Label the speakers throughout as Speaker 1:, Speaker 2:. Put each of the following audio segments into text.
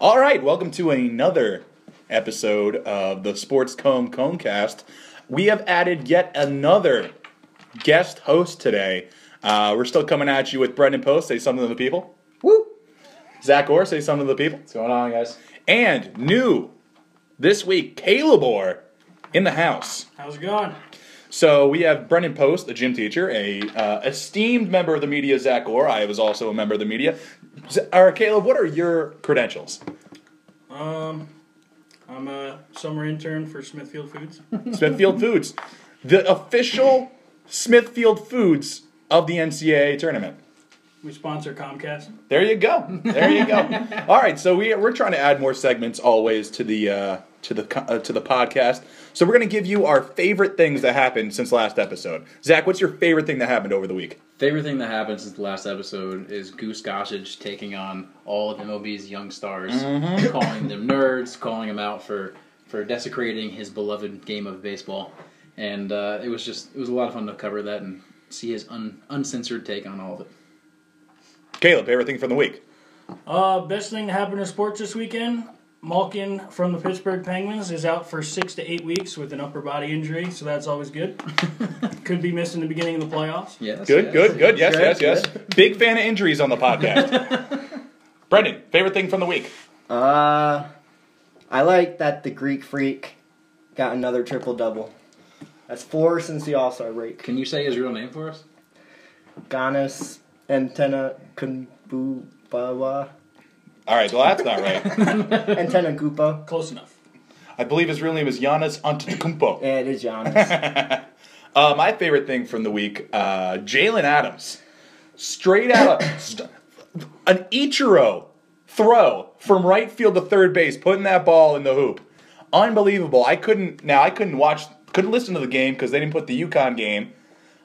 Speaker 1: All right, welcome to another episode of the Sports Comb Comecast. We have added yet another guest host today. Uh, we're still coming at you with Brendan Post, say something to the people. Woo! Zach Orr, say something to the people.
Speaker 2: What's going on, guys?
Speaker 1: And new this week, Caleb Orr in the house.
Speaker 3: How's it going?
Speaker 1: So we have Brendan Post, a gym teacher, a uh, esteemed member of the media, Zach Orr. I was also a member of the media. Z- or Caleb, what are your credentials?
Speaker 3: Um, I'm a summer intern for Smithfield Foods.
Speaker 1: Smithfield Foods, the official Smithfield Foods of the NCAA tournament.
Speaker 3: We sponsor Comcast.
Speaker 1: There you go. There you go. all right, so we we're trying to add more segments always to the uh, to the co- uh, to the podcast. So we're going to give you our favorite things that happened since last episode. Zach, what's your favorite thing that happened over the week?
Speaker 2: Favorite thing that happened since the last episode is Goose Gossage taking on all of MLB's young stars, calling them nerds, calling them out for for desecrating his beloved game of baseball, and uh, it was just it was a lot of fun to cover that and see his un, uncensored take on all of it.
Speaker 1: Caleb, favorite thing from the week.
Speaker 3: Uh, best thing that happened in sports this weekend. Malkin from the Pittsburgh Penguins is out for six to eight weeks with an upper body injury, so that's always good. Could be missing the beginning of the playoffs.
Speaker 2: Yes,
Speaker 1: Good,
Speaker 2: yes,
Speaker 1: good, good. Yes, yes,
Speaker 2: correct,
Speaker 1: yes.
Speaker 2: good.
Speaker 1: Big fan of injuries on the podcast. Brendan, favorite thing from the week.
Speaker 4: Uh, I like that the Greek Freak got another triple double. That's four since the All Star break.
Speaker 2: Can you say his real name for us?
Speaker 4: Ganis, Antenna Kumbubawa,
Speaker 1: All right, well that's not right.
Speaker 4: Antenna Gupa.
Speaker 3: Close enough.
Speaker 1: I believe his real name is Giannis Antetokounmpo.
Speaker 4: Yeah, it is Giannis.
Speaker 1: Uh, my favorite thing from the week, uh, Jalen Adams, straight out of st- an Ichiro throw from right field to third base, putting that ball in the hoop. Unbelievable! I couldn't now. I couldn't watch, couldn't listen to the game because they didn't put the Yukon game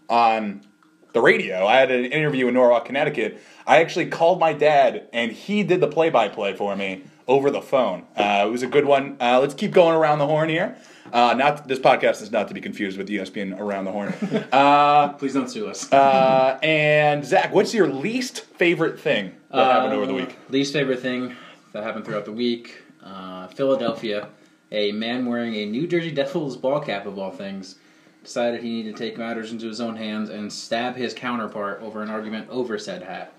Speaker 1: on the radio. I had an interview in Norwalk, Connecticut. I actually called my dad, and he did the play-by-play for me over the phone. Uh, it was a good one. Uh, let's keep going around the horn here. Uh, not this podcast is not to be confused with E ESPN Around the Horn. Uh,
Speaker 2: Please don't sue us.
Speaker 1: uh, and Zach, what's your least favorite thing that happened over the
Speaker 2: Uh,
Speaker 1: week?
Speaker 2: Least favorite thing that happened throughout the week: uh, Philadelphia. A man wearing a New Jersey Devils ball cap of all things decided he needed to take matters into his own hands and stab his counterpart over an argument over said hat.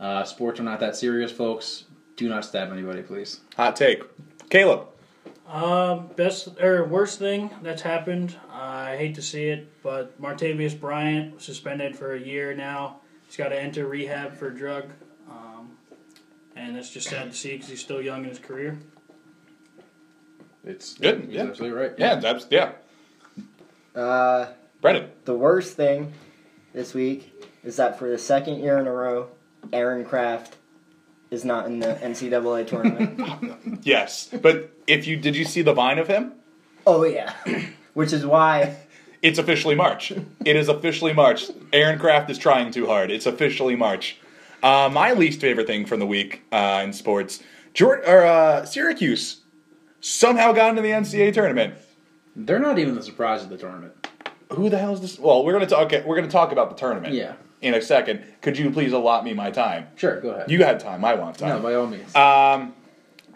Speaker 2: Uh, sports are not that serious, folks. Do not stab anybody, please.
Speaker 1: Uh, Hot take, Caleb.
Speaker 3: Um, best or worst thing that's happened. I hate to see it, but Martavius Bryant suspended for a year now. He's got to enter rehab for drug, um, and that's just sad to see because he's still young in his career.
Speaker 2: It's
Speaker 1: Good,
Speaker 2: He's
Speaker 1: yeah.
Speaker 2: absolutely right.
Speaker 1: Yeah, that's yeah.
Speaker 4: uh,
Speaker 1: Brendan.
Speaker 4: the worst thing this week is that for the second year in a row, Aaron Kraft is not in the NCAA tournament.
Speaker 1: Yes, but if you did you see the vine of him?
Speaker 4: oh yeah, which is why
Speaker 1: It's officially March. It is officially March. Aaron Kraft is trying too hard. It's officially March. Uh, my least favorite thing from the week uh, in sports: George, or, uh, Syracuse somehow got into the NCAA tournament.
Speaker 2: They're not even the surprise of the tournament.
Speaker 1: Who the hell is this? Well, we're gonna talk. Okay, we're gonna talk about the tournament.
Speaker 2: Yeah.
Speaker 1: In a second, could you please allot me my time?
Speaker 2: Sure, go ahead.
Speaker 1: You had time. I want time.
Speaker 2: no, by all means.
Speaker 1: Um,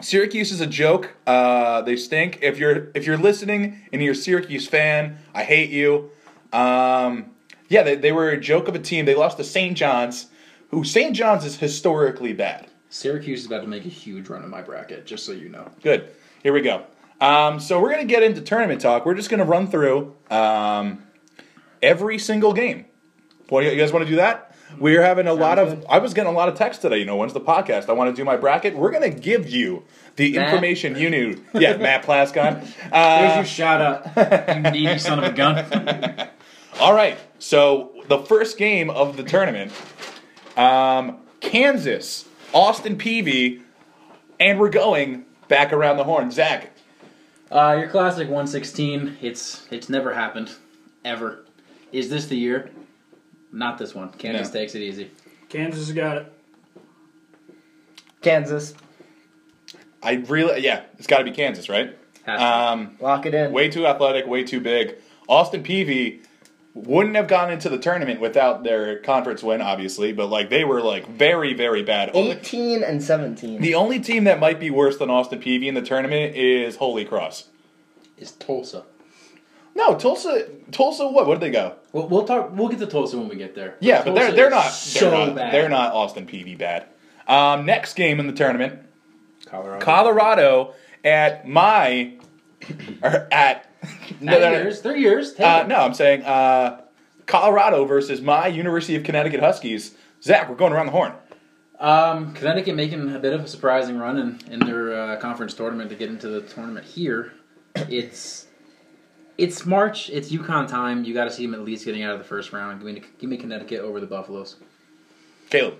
Speaker 1: Syracuse is a joke. Uh, they stink. If you're if you're listening and you're a Syracuse fan, I hate you. Um, yeah, they, they were a joke of a team. They lost to St. John's, who St. John's is historically bad.
Speaker 2: Syracuse is about to make a huge run in my bracket, just so you know.
Speaker 1: Good. Here we go. Um, so we're gonna get into tournament talk. We're just gonna run through um, every single game. Well, you guys want to do that? We're having a lot of.
Speaker 4: good.
Speaker 1: I was getting a lot of text today. You know, when's the podcast? I want to do my bracket. We're gonna give you the
Speaker 2: Matt.
Speaker 1: information you need. Yeah, Matt Plascon.
Speaker 2: There's
Speaker 1: Uh,
Speaker 2: your shout out, you needy son of a gun.
Speaker 1: all right. So the first game of the tournament, um, Kansas, Austin Peavy, and we're going back around the horn. Zach,
Speaker 2: Uh, your classic 116. It's it's never happened, ever. Is this the year? Not this one. Kansas
Speaker 1: No.
Speaker 2: takes it easy.
Speaker 3: Kansas has got it.
Speaker 4: Kansas
Speaker 1: I really yeah, it's got to be Kansas, right?
Speaker 2: Has to.
Speaker 1: Um,
Speaker 4: lock it in.
Speaker 1: way too athletic, way too big. Austin Peavy wouldn't have gone into the tournament without their conference win, obviously, but like they were like very, very bad. Only,
Speaker 4: 18 and 17.
Speaker 1: the only team that might be worse than Austin Peavy in the tournament is Holy Cross.
Speaker 2: Is Tulsa.
Speaker 1: No, Tulsa. Tulsa. What? What did they go?
Speaker 2: We'll, we'll talk. We'll get to Tulsa when we get there.
Speaker 1: Yeah, but they're
Speaker 2: Tulsa
Speaker 1: they're
Speaker 2: is
Speaker 1: not they're
Speaker 2: so
Speaker 1: not,
Speaker 2: bad.
Speaker 1: They're not Austin Peavy bad. Um, next game in the tournament,
Speaker 2: Colorado.
Speaker 1: Colorado at my or at
Speaker 2: No,
Speaker 1: no, no, no.
Speaker 2: years. They're years. Take
Speaker 1: Uh,
Speaker 2: it.
Speaker 1: no, I'm saying uh, Colorado versus my University of Connecticut Huskies. Zach, we're going around the horn.
Speaker 2: Um, Connecticut making a bit of a surprising run in, in their uh, conference tournament to get into the tournament here. It's it's March. It's UConn time. You got to see them at least getting out of the first round. Give me, give me Connecticut over the Buffaloes.
Speaker 1: Caleb.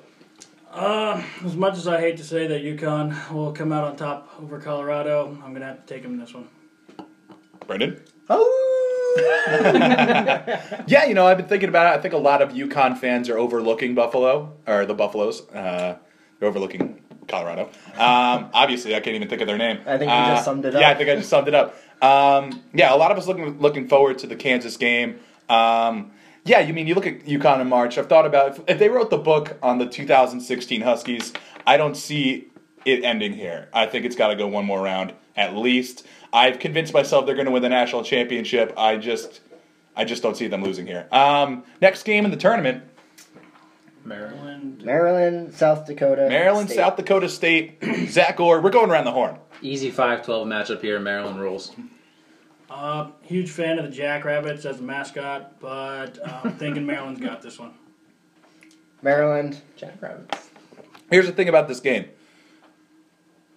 Speaker 3: Uh, as much as I hate to say that UConn will come out on top over Colorado, I'm gonna have to take them in this one.
Speaker 1: Brendan?
Speaker 4: Oh!
Speaker 1: Yeah, you know, I've been thinking about it. I think a lot of Yukon fans are overlooking Buffalo, or the Buffaloes. Uh, they're overlooking Colorado. Um, obviously, I can't even think of their name.
Speaker 4: I think you
Speaker 1: Uh,
Speaker 4: just summed it
Speaker 1: Yeah, I
Speaker 4: up.
Speaker 1: think I just summed it up. Um, yeah, a lot of us looking looking forward to the Kansas game. Um, yeah, you mean you look at UConn in March. I've thought about if, if they wrote the book on the 2016 Huskies. I don't see it ending here. I think it's got to go one more round at least. I've convinced myself they're going to win the national championship. I just, I just don't see them losing here. Um, next game in the tournament,
Speaker 2: Maryland.
Speaker 3: And
Speaker 4: Maryland, South Dakota.
Speaker 1: Maryland,
Speaker 4: State.
Speaker 1: South Dakota State, Zach Gore. We're going around the horn.
Speaker 2: Easy 5-12 matchup here. Maryland rolls.
Speaker 3: uh, huge fan of the Jackrabbits as a mascot, but uh, I'm thinking Maryland's got this one.
Speaker 4: Maryland.
Speaker 2: Jackrabbits.
Speaker 1: Here's the thing about this game.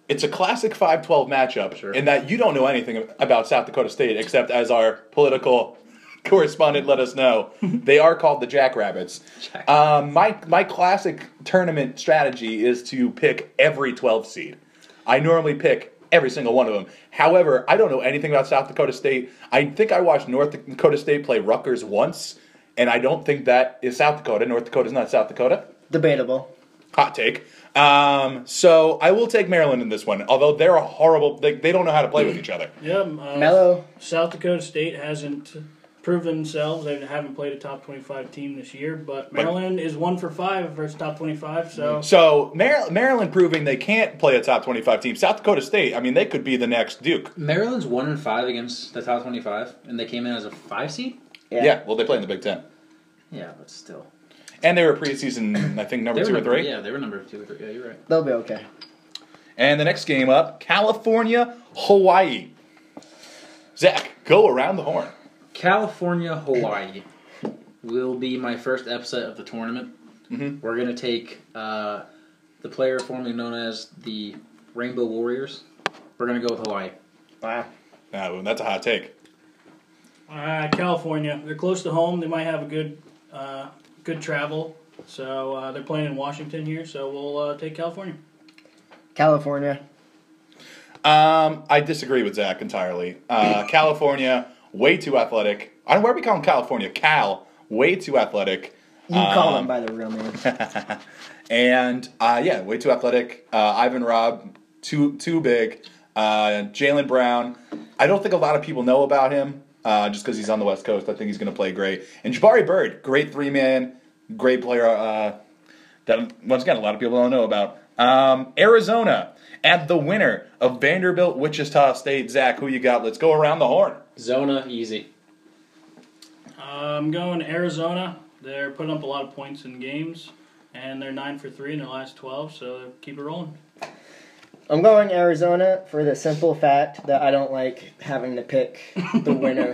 Speaker 1: It's a classic 5-12 matchup
Speaker 2: Sure.
Speaker 1: in that you don't know anything about South Dakota State except as our political correspondent let us know, they are called the Jackrabbits.
Speaker 2: Jack-
Speaker 1: Um, my my classic tournament strategy is to pick every 12 seed. I normally pick every single one of them. However, I don't know anything about South Dakota State. I think I watched North Dakota State play Rutgers once, and I don't think that is South Dakota. North Dakota's not South Dakota.
Speaker 4: Debatable.
Speaker 1: Hot take. Um, so I will take Maryland in this one, although they're a horrible. They, they don't know how to play with each other.
Speaker 3: Yeah,
Speaker 1: Mm.
Speaker 3: uh,
Speaker 4: Mellow.
Speaker 3: South Dakota State hasn't proved themselves. They haven't played a top 25 team this year, but Maryland is one for five versus top 25. So
Speaker 1: So Mar- Maryland proving they can't play a top twenty-five team. South Dakota State. I mean, they could be the next Duke.
Speaker 2: Maryland's one and five against the top twenty-five, and they came in as a five seed.
Speaker 1: Yeah. well, they play in the Big Ten,
Speaker 2: Yeah, but still,
Speaker 1: and they were preseason. I think number
Speaker 2: They
Speaker 1: two
Speaker 2: were
Speaker 1: or three.
Speaker 2: Yeah, they were number two or three. Yeah, you're right.
Speaker 4: They'll be okay.
Speaker 1: And the next game up, California, Hawaii. Zach, go around the horn.
Speaker 2: California, Hawaii will be my first upset of the tournament. We're going to take uh, the player formerly known as the Rainbow Warriors. We're going to go with Hawaii.
Speaker 4: Wow.
Speaker 1: Now, that's a hot take.
Speaker 3: uh, California, they're close to home. They might have a good, uh, good travel. So uh, they're playing in Washington here. So we'll uh, take California.
Speaker 4: California.
Speaker 1: Um, I disagree with Zach entirely. Uh, California, way too athletic. I don't know why we call them California. Cal, way too athletic.
Speaker 4: You call
Speaker 1: Um,
Speaker 4: them by their real name.
Speaker 1: And uh, yeah, way too athletic. Uh, Ivan Robb, too too big. Uh, Jalen Brown. I don't think a lot of people know about him uh, just because he's on the West Coast. I think he's going to play great. And Jabari Bird, great three man, great player. Uh, that once again, a lot of people don't know about. Um, Arizona at the winner of Vanderbilt, Wichita State. Zach, who you got? Let's go around the horn.
Speaker 2: Zona, easy.
Speaker 3: Uh, I'm going Arizona. They're putting up a lot of points in games, and they're nine for three in their last 12. So keep it rolling.
Speaker 4: I'm going Arizona for the simple fact that I don't like having to pick the winner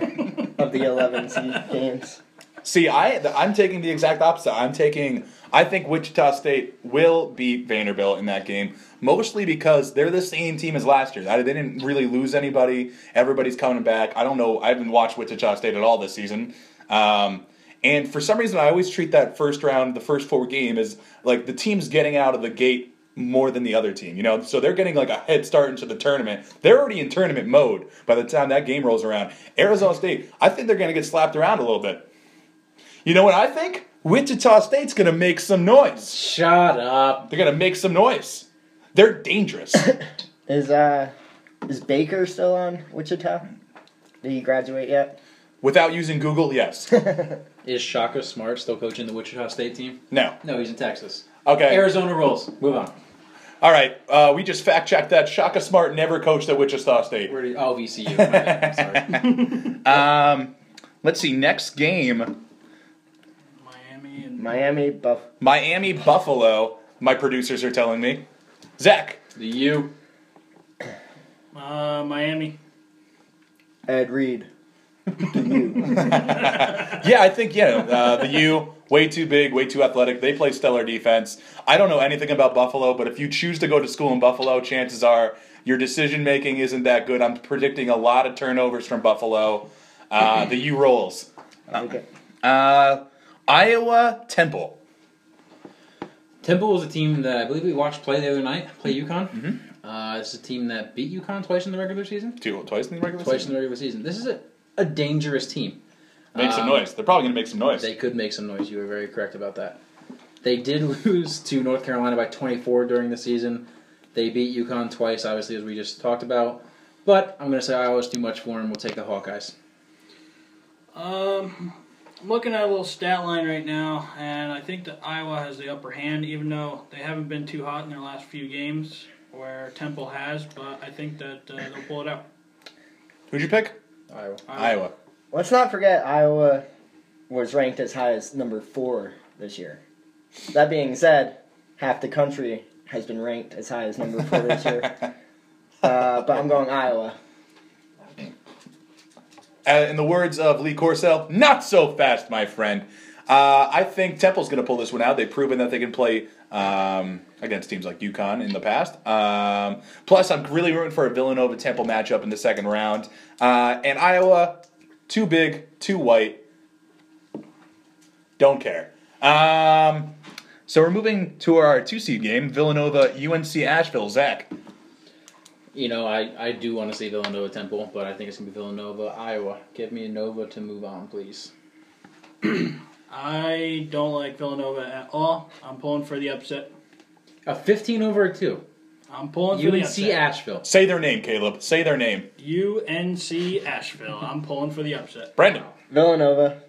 Speaker 4: of the 11 seed games.
Speaker 1: See, I th- I'm taking the exact opposite. I'm taking. I think Wichita State will beat Vanderbilt in that game, mostly because they're the same team as last year. I- They didn't really lose anybody. Everybody's coming back. I don't know. I haven't watched Wichita State at all this season. Um, and for some reason, I always treat that first round, the first four game, as like the team's getting out of the gate more than the other team. You know, so they're getting like a head start into the tournament. They're already in tournament mode by the time that game rolls around. Arizona State, I think they're going to get slapped around a little bit. You know what I think? Wichita State's gonna make some noise.
Speaker 2: Shut up.
Speaker 1: They're gonna make some noise. They're dangerous.
Speaker 4: Is uh is Baker still on Wichita? Did he graduate yet?
Speaker 1: Without using Google, yes.
Speaker 2: Is Shaka Smart still coaching the Wichita State team?
Speaker 1: No.
Speaker 2: No, he's in Texas.
Speaker 1: Okay.
Speaker 2: Arizona rolls. Move on.
Speaker 1: All right. Uh, we just fact checked that Shaka Smart never coached at Wichita State.
Speaker 2: Where did, oh, VCU. My bad. Sorry.
Speaker 1: Um, let's see. Next game
Speaker 3: Miami and
Speaker 4: Miami Buff.
Speaker 1: Miami Buffalo, my producers are telling me. Zach.
Speaker 2: The U.
Speaker 3: uh, Miami.
Speaker 4: Ed Reed.
Speaker 1: Yeah, I think, yeah, uh, the U, way too big, way too athletic. They play stellar defense. I don't know anything about Buffalo, but if you choose to go to school in Buffalo, chances are your decision making isn't that good. I'm predicting a lot of turnovers from Buffalo. Uh, the U rolls.
Speaker 4: Okay.
Speaker 1: Uh, Iowa Temple.
Speaker 2: Temple was a team that I believe we watched play the other night, play UConn. Uh, it's a team that beat UConn twice in the regular season.
Speaker 1: Two, twice in the regular
Speaker 2: Twice in
Speaker 1: season?
Speaker 2: the regular season. This is a, a dangerous team.
Speaker 1: Make some
Speaker 2: Um,
Speaker 1: noise. They're probably going to make some noise.
Speaker 2: They could make some noise. You were very correct about that. They did lose to North Carolina by 24 during the season. They beat UConn twice, obviously, as we just talked about. But I'm going to say Iowa's too much for them. We'll take the Hawkeyes.
Speaker 3: Um, I'm looking at a little stat line right now, and I think that Iowa has the upper hand, even though they haven't been too hot in their last few games, where Temple has. But I think that uh, they'll pull it out.
Speaker 1: Who'd you pick?
Speaker 2: Iowa.
Speaker 1: Iowa.
Speaker 4: Let's not forget Iowa was ranked as high as number four this year. That being said, half the country has been ranked as high as number four this year. Uh, but I'm going Iowa.
Speaker 1: Uh, in the words of Lee Corsell, not so fast, my friend. Uh, I think Temple's going to pull this one out. They've proven that they can play um, against teams like UConn in the past. Um, plus, I'm really rooting for a Villanova Temple matchup in the second round. Uh, and Iowa, too big, too white. Don't care. Um, so we're moving to our two seed game Villanova UNC Asheville. Zach.
Speaker 2: You know, I, I do want to say Villanova Temple, but I think it's going to be Villanova, Iowa. Give me a Nova to move on, please.
Speaker 3: I don't like Villanova at all. I'm pulling for the upset.
Speaker 2: A 15 over a 2.
Speaker 3: I'm pulling for the
Speaker 2: UNC
Speaker 3: upset.
Speaker 2: Asheville.
Speaker 1: Say their name, Caleb. Say their name.
Speaker 3: UNC Asheville. I'm pulling for the upset.
Speaker 1: Brendan.
Speaker 4: Villanova.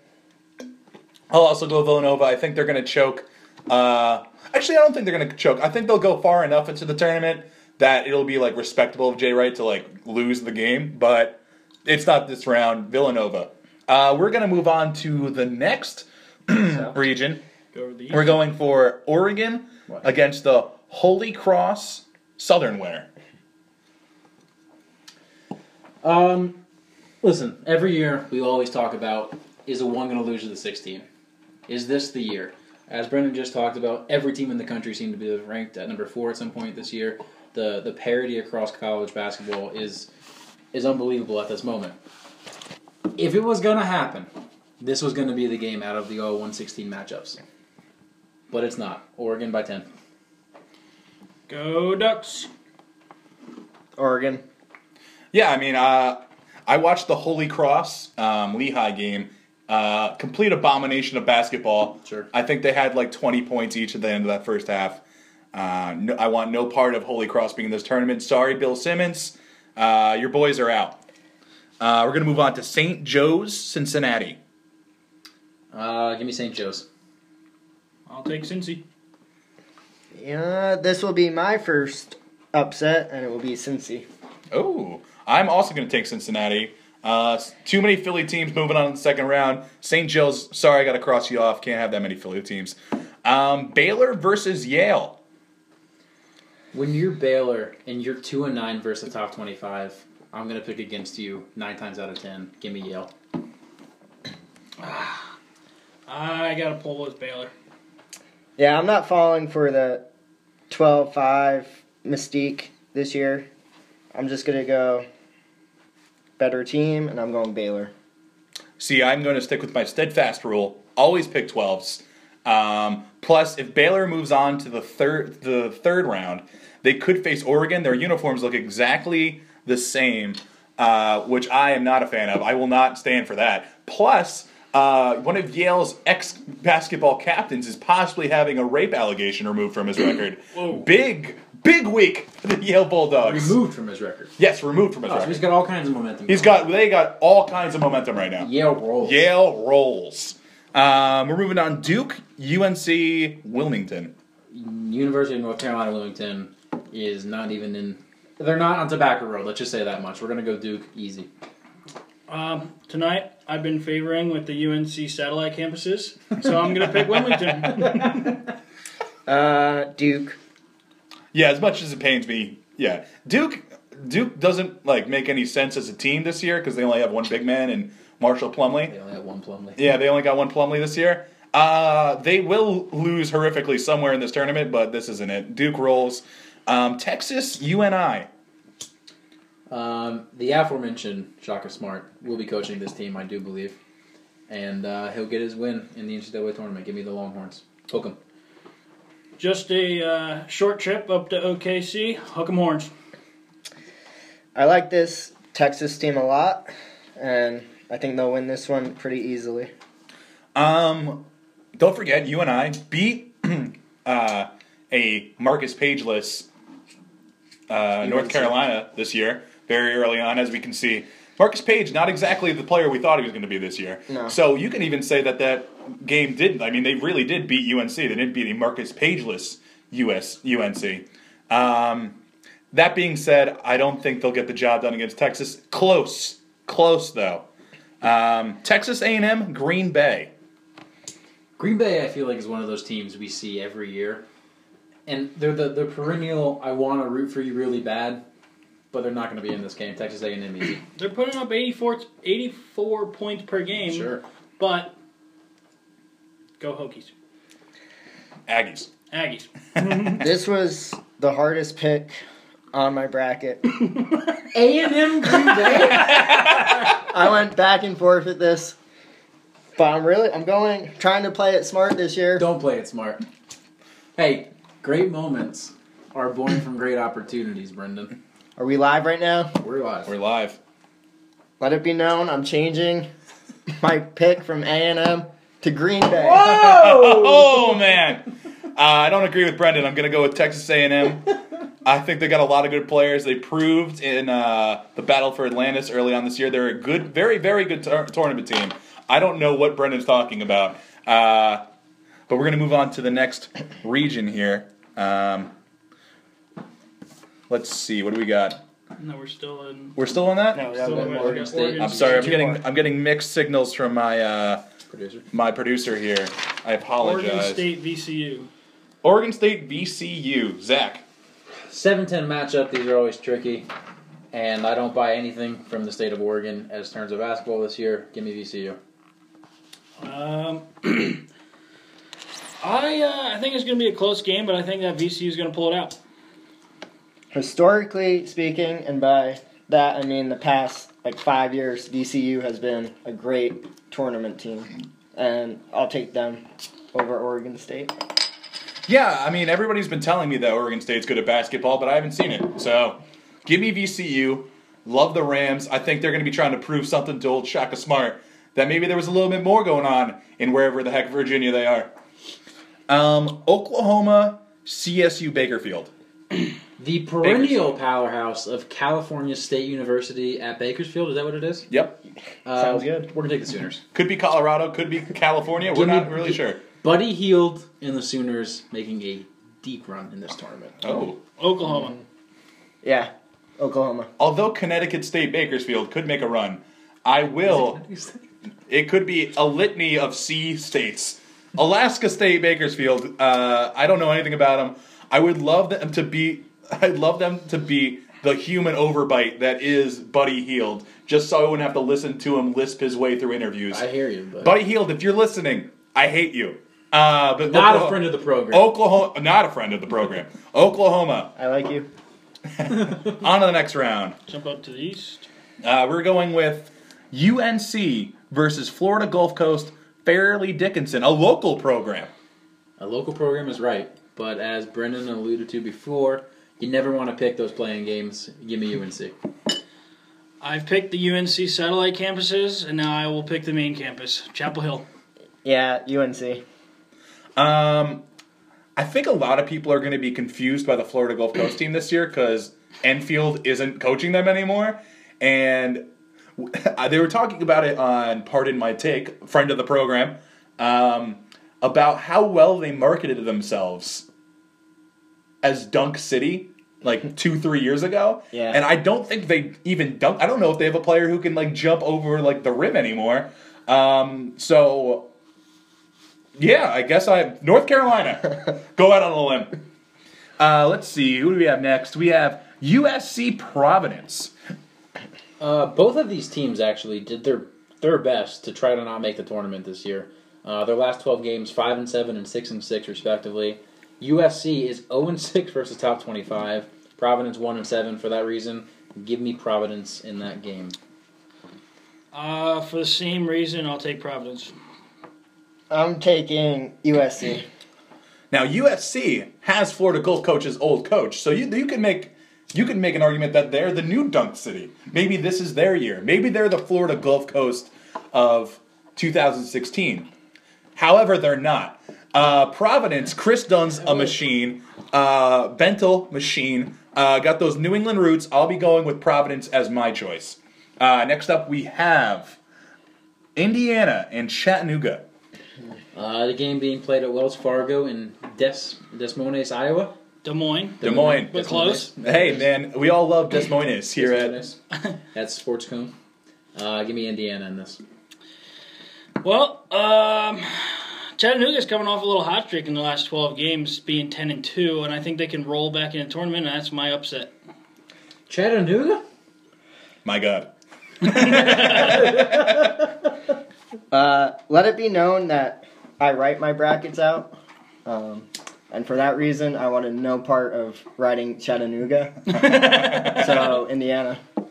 Speaker 1: I'll also go Villanova. I think they're going to choke. Uh, actually, I don't think they're going to choke. I think they'll go far enough into the tournament that it'll be like respectable of Jay Wright to like lose the game, but it's not this round. Villanova. Uh, we're going to move on to the next region.
Speaker 3: Go over the East.
Speaker 1: We're going for Oregon
Speaker 2: What?
Speaker 1: against the Holy Cross Southern winner.
Speaker 2: Um, listen, every year we always talk about is the one going to lose to the sixth team? Is this the year? As Brendan just talked about, every team in the country seemed to be ranked at number four at some point this year. The the parity across college basketball is is unbelievable at this moment. If it was going to happen, this was going to be the game out of the all 116 matchups. But it's not. Oregon by 10.
Speaker 3: Go Ducks.
Speaker 4: Oregon.
Speaker 1: Yeah, I mean, uh, I watched the Holy Cross um, Lehigh game. Uh, complete abomination of basketball.
Speaker 2: Sure.
Speaker 1: I think they had like 20 points each at the end of that first half. Uh, no, I want no part of Holy Cross being in this tournament. Sorry, Bill Simmons. Uh, your boys are out. Uh, we're going to move on to St. Joe's, Cincinnati.
Speaker 2: Uh, give me St. Joe's.
Speaker 3: I'll take Cincy.
Speaker 4: Yeah, this will be my first upset, and it will be Cincy.
Speaker 1: Oh, I'm also going to take Cincinnati. Uh, s- too many Philly teams moving on in the second round. St. Joe's, sorry, I got to cross you off. Can't have that many Philly teams. Um, Baylor versus Yale.
Speaker 2: When you're Baylor and you're two and nine versus the top twenty-five, I'm gonna pick against you nine times out of ten. Give me Yale.
Speaker 3: I gotta pull with Baylor.
Speaker 4: Yeah, I'm not falling for the 12 5 mystique this year. I'm just going to go better team, and I'm going Baylor.
Speaker 1: See, I'm going to stick with my steadfast rule. Always pick 12s. Um, plus, if Baylor moves on to the third the third round, they could face Oregon. Their uniforms look exactly the same, uh, which I am not a fan of. I will not stand for that. Plus, Uh, one of Yale's ex basketball captains is possibly having a rape allegation removed from his record.
Speaker 3: Whoa.
Speaker 1: Big, big week for the Yale Bulldogs.
Speaker 2: Removed from his record.
Speaker 1: Yes, removed from his
Speaker 2: Oh, so
Speaker 1: record.
Speaker 2: he's got all kinds of momentum.
Speaker 1: He's
Speaker 2: going.
Speaker 1: got they got all kinds of momentum right now.
Speaker 2: Yale rolls.
Speaker 1: Yale rolls. Um, we're moving on. Duke, UNC, Wilmington.
Speaker 2: University of North Carolina Wilmington is not even in. They're not on Tobacco Road. Let's just say that much. We're gonna go Duke easy.
Speaker 3: Um, tonight, I've been favoring with the UNC satellite campuses, so I'm going to pick Wilmington.
Speaker 4: Uh, Duke.
Speaker 1: Yeah, as much as it pains me, yeah. Duke Duke doesn't like make any sense as a team this year because they only have one big man and Marshall Plumley.
Speaker 2: They only have one Plumlee.
Speaker 1: Yeah, they only got one Plumley this year. Uh, they will lose horrifically somewhere in this tournament, but this isn't it. Duke rolls. Um, Texas, UNI.
Speaker 2: Um, the aforementioned Shaka Smart will be coaching this team, I do believe, and uh, he'll get his win in the NCAA tournament. Give me the Longhorns. Hook 'em.
Speaker 3: Just a uh, short trip up to OKC. Hook 'em horns.
Speaker 4: I like this Texas team a lot, and I think they'll win this one pretty easily.
Speaker 1: Um, don't forget, you and I beat uh, a Marcus Pageless uh, North Carolina this year very early on, as we can see. Marcus Page, not exactly the player we thought he was going to be this year.
Speaker 4: No.
Speaker 1: So you can even say that that game did. I mean, they really did beat UNC. They didn't beat a Marcus Pageless US UNC. Um, that being said, I don't think they'll get the job done against Texas. Close, close though. Um, Texas A&M, Green Bay.
Speaker 2: Green Bay, I feel like, is one of those teams we see every year, and they're the the perennial. I want to root for you really bad, but they're not going to be in this game. Texas A and M easy.
Speaker 3: They're putting up 84, 84 points per game,
Speaker 2: Sure.
Speaker 3: but go Hokies.
Speaker 1: Aggies.
Speaker 3: Aggies.
Speaker 4: This was the hardest pick on my bracket.
Speaker 2: A and M Green Bay.
Speaker 4: I went back and forth with this, but I'm really I'm going trying to play it smart this year.
Speaker 2: Don't play it smart. Hey, great moments are born from great opportunities, Brendan.
Speaker 4: Are we live right now?
Speaker 2: We're live.
Speaker 1: We're live.
Speaker 4: Let it be known I'm changing my pick from A and M to Green Bay.
Speaker 1: Oh man, uh, I don't agree with Brendan. I'm gonna go with Texas A&M. I think they got a lot of good players. They proved in uh, the battle for Atlantis early on this year. They're a good, very, very good tour- tournament team. I don't know what Brendan's talking about, uh, but we're gonna move on to the next region here. Um, let's see, what do we got?
Speaker 3: no, we're still in.
Speaker 1: We're still on that.
Speaker 4: No, that
Speaker 3: Still
Speaker 4: was
Speaker 3: in
Speaker 4: Oregon State.
Speaker 3: Oregon
Speaker 1: I'm sorry. I'm
Speaker 3: State.
Speaker 1: getting I'm getting mixed signals from my uh,
Speaker 2: Producer.
Speaker 1: my producer here. I apologize.
Speaker 3: Oregon State VCU.
Speaker 1: Oregon State VCU. Zach.
Speaker 2: 7 10 matchup, these are always tricky. And I don't buy anything from the state of Oregon as terms of basketball this year. Give me VCU.
Speaker 3: Um, I uh, I think it's going to be a close game, but I think that VCU is going to pull it out.
Speaker 4: Historically speaking, and by that I mean the past like five years, VCU has been a great tournament team, and I'll take them over Oregon State.
Speaker 1: Yeah, I mean everybody's been telling me that Oregon State's good at basketball, but I haven't seen it. So, give me VCU. Love the Rams. I think they're going to be trying to prove something to old Shaka Smart that maybe there was a little bit more going on in wherever the heck Virginia they are. Um, Oklahoma, CSU, Bakerfield.
Speaker 2: The perennial powerhouse of California State University at Bakersfield. Is that what it is?
Speaker 1: Yep.
Speaker 2: Uh,
Speaker 4: Sounds good.
Speaker 2: We're going to take the Sooners.
Speaker 1: Could be Colorado. Could be California. We're
Speaker 2: Give me-
Speaker 1: not really sure.
Speaker 2: Buddy Heald and the Sooners making a deep run in this tournament.
Speaker 1: Oh.
Speaker 3: Oklahoma.
Speaker 4: Yeah, Oklahoma.
Speaker 1: Although Connecticut State Bakersfield could make a run, I will. It could be a litany of C states. Alaska State Bakersfield. Uh, I don't know anything about them. I would love them to be. I'd love them to be the human overbite that is Buddy Heald, just so I wouldn't have to listen to him lisp his way through interviews.
Speaker 2: I hear you, but
Speaker 1: Buddy Heald, if you're listening, I hate you. Uh, but
Speaker 2: not
Speaker 1: Oklahoma-
Speaker 2: a friend of the program.
Speaker 1: Oh. Oklahoma, not a friend of the program. Oklahoma,
Speaker 4: I like you.
Speaker 1: on to the next round.
Speaker 3: Jump up to the east.
Speaker 1: Uh, we're going with UNC versus Florida Gulf Coast Fairleigh Dickinson, a local program.
Speaker 2: A local program is right, but as Brendan alluded to before, you never want to pick those playing games. Give me UNC.
Speaker 3: I've picked the UNC satellite campuses, and now I will pick the main campus, Chapel Hill.
Speaker 4: Yeah, UNC.
Speaker 1: Um, I think a lot of people are going to be confused by the Florida Gulf Coast team this year because Enfield isn't coaching them anymore, and w- they were talking about it on Pardon My Take, friend of the program, um, about how well they marketed themselves as Dunk City like two three years ago.
Speaker 4: Yeah.
Speaker 1: and I don't think they even dunk. I don't know if they have a player who can like jump over like the rim anymore. Um, so yeah, I guess I North Carolina. Go out on a limb. Uh, let's see. Who do we have next? We have USC Providence.
Speaker 2: Uh, both of these teams actually did their their best to try to not make the tournament this year. Uh, their last twelve games, five and seven and six and six respectively. USC is zero and six versus top twenty five. Providence one and seven for that reason. Give me Providence in that game.
Speaker 3: Uh, for the same reason, I'll take Providence.
Speaker 4: I'm taking USC.
Speaker 1: Now USC has Florida Gulf Coach's old coach, so you you can make you can make an argument that they're the new Dunk City. Maybe this is their year. Maybe they're the Florida Gulf Coast of 2016. However, they're not. Uh, Providence, Chris Dunn's a machine. Uh, Bentel, machine. Uh, got those New England roots. I'll be going with Providence as my choice. Uh, next up, we have Indiana and Chattanooga.
Speaker 2: Uh, the game being played at Wells Fargo in Des Des Moines, Iowa.
Speaker 3: Des Moines.
Speaker 1: Des Moines.
Speaker 3: But close.
Speaker 1: Hey, man, we all love Des Moines here
Speaker 2: Des
Speaker 1: at
Speaker 2: Moines. That's Sportscom. Uh, give me Indiana in this.
Speaker 3: Well, um, Chattanooga's coming off a little hot streak in the last 12 games, being 10 and 2, and I think they can roll back in the tournament, and that's my upset.
Speaker 2: Chattanooga.
Speaker 1: My God.
Speaker 4: Uh, let it be known that I write my brackets out. Um, and for that reason, I wanted no part of writing Chattanooga. so, Indiana.
Speaker 1: Uh,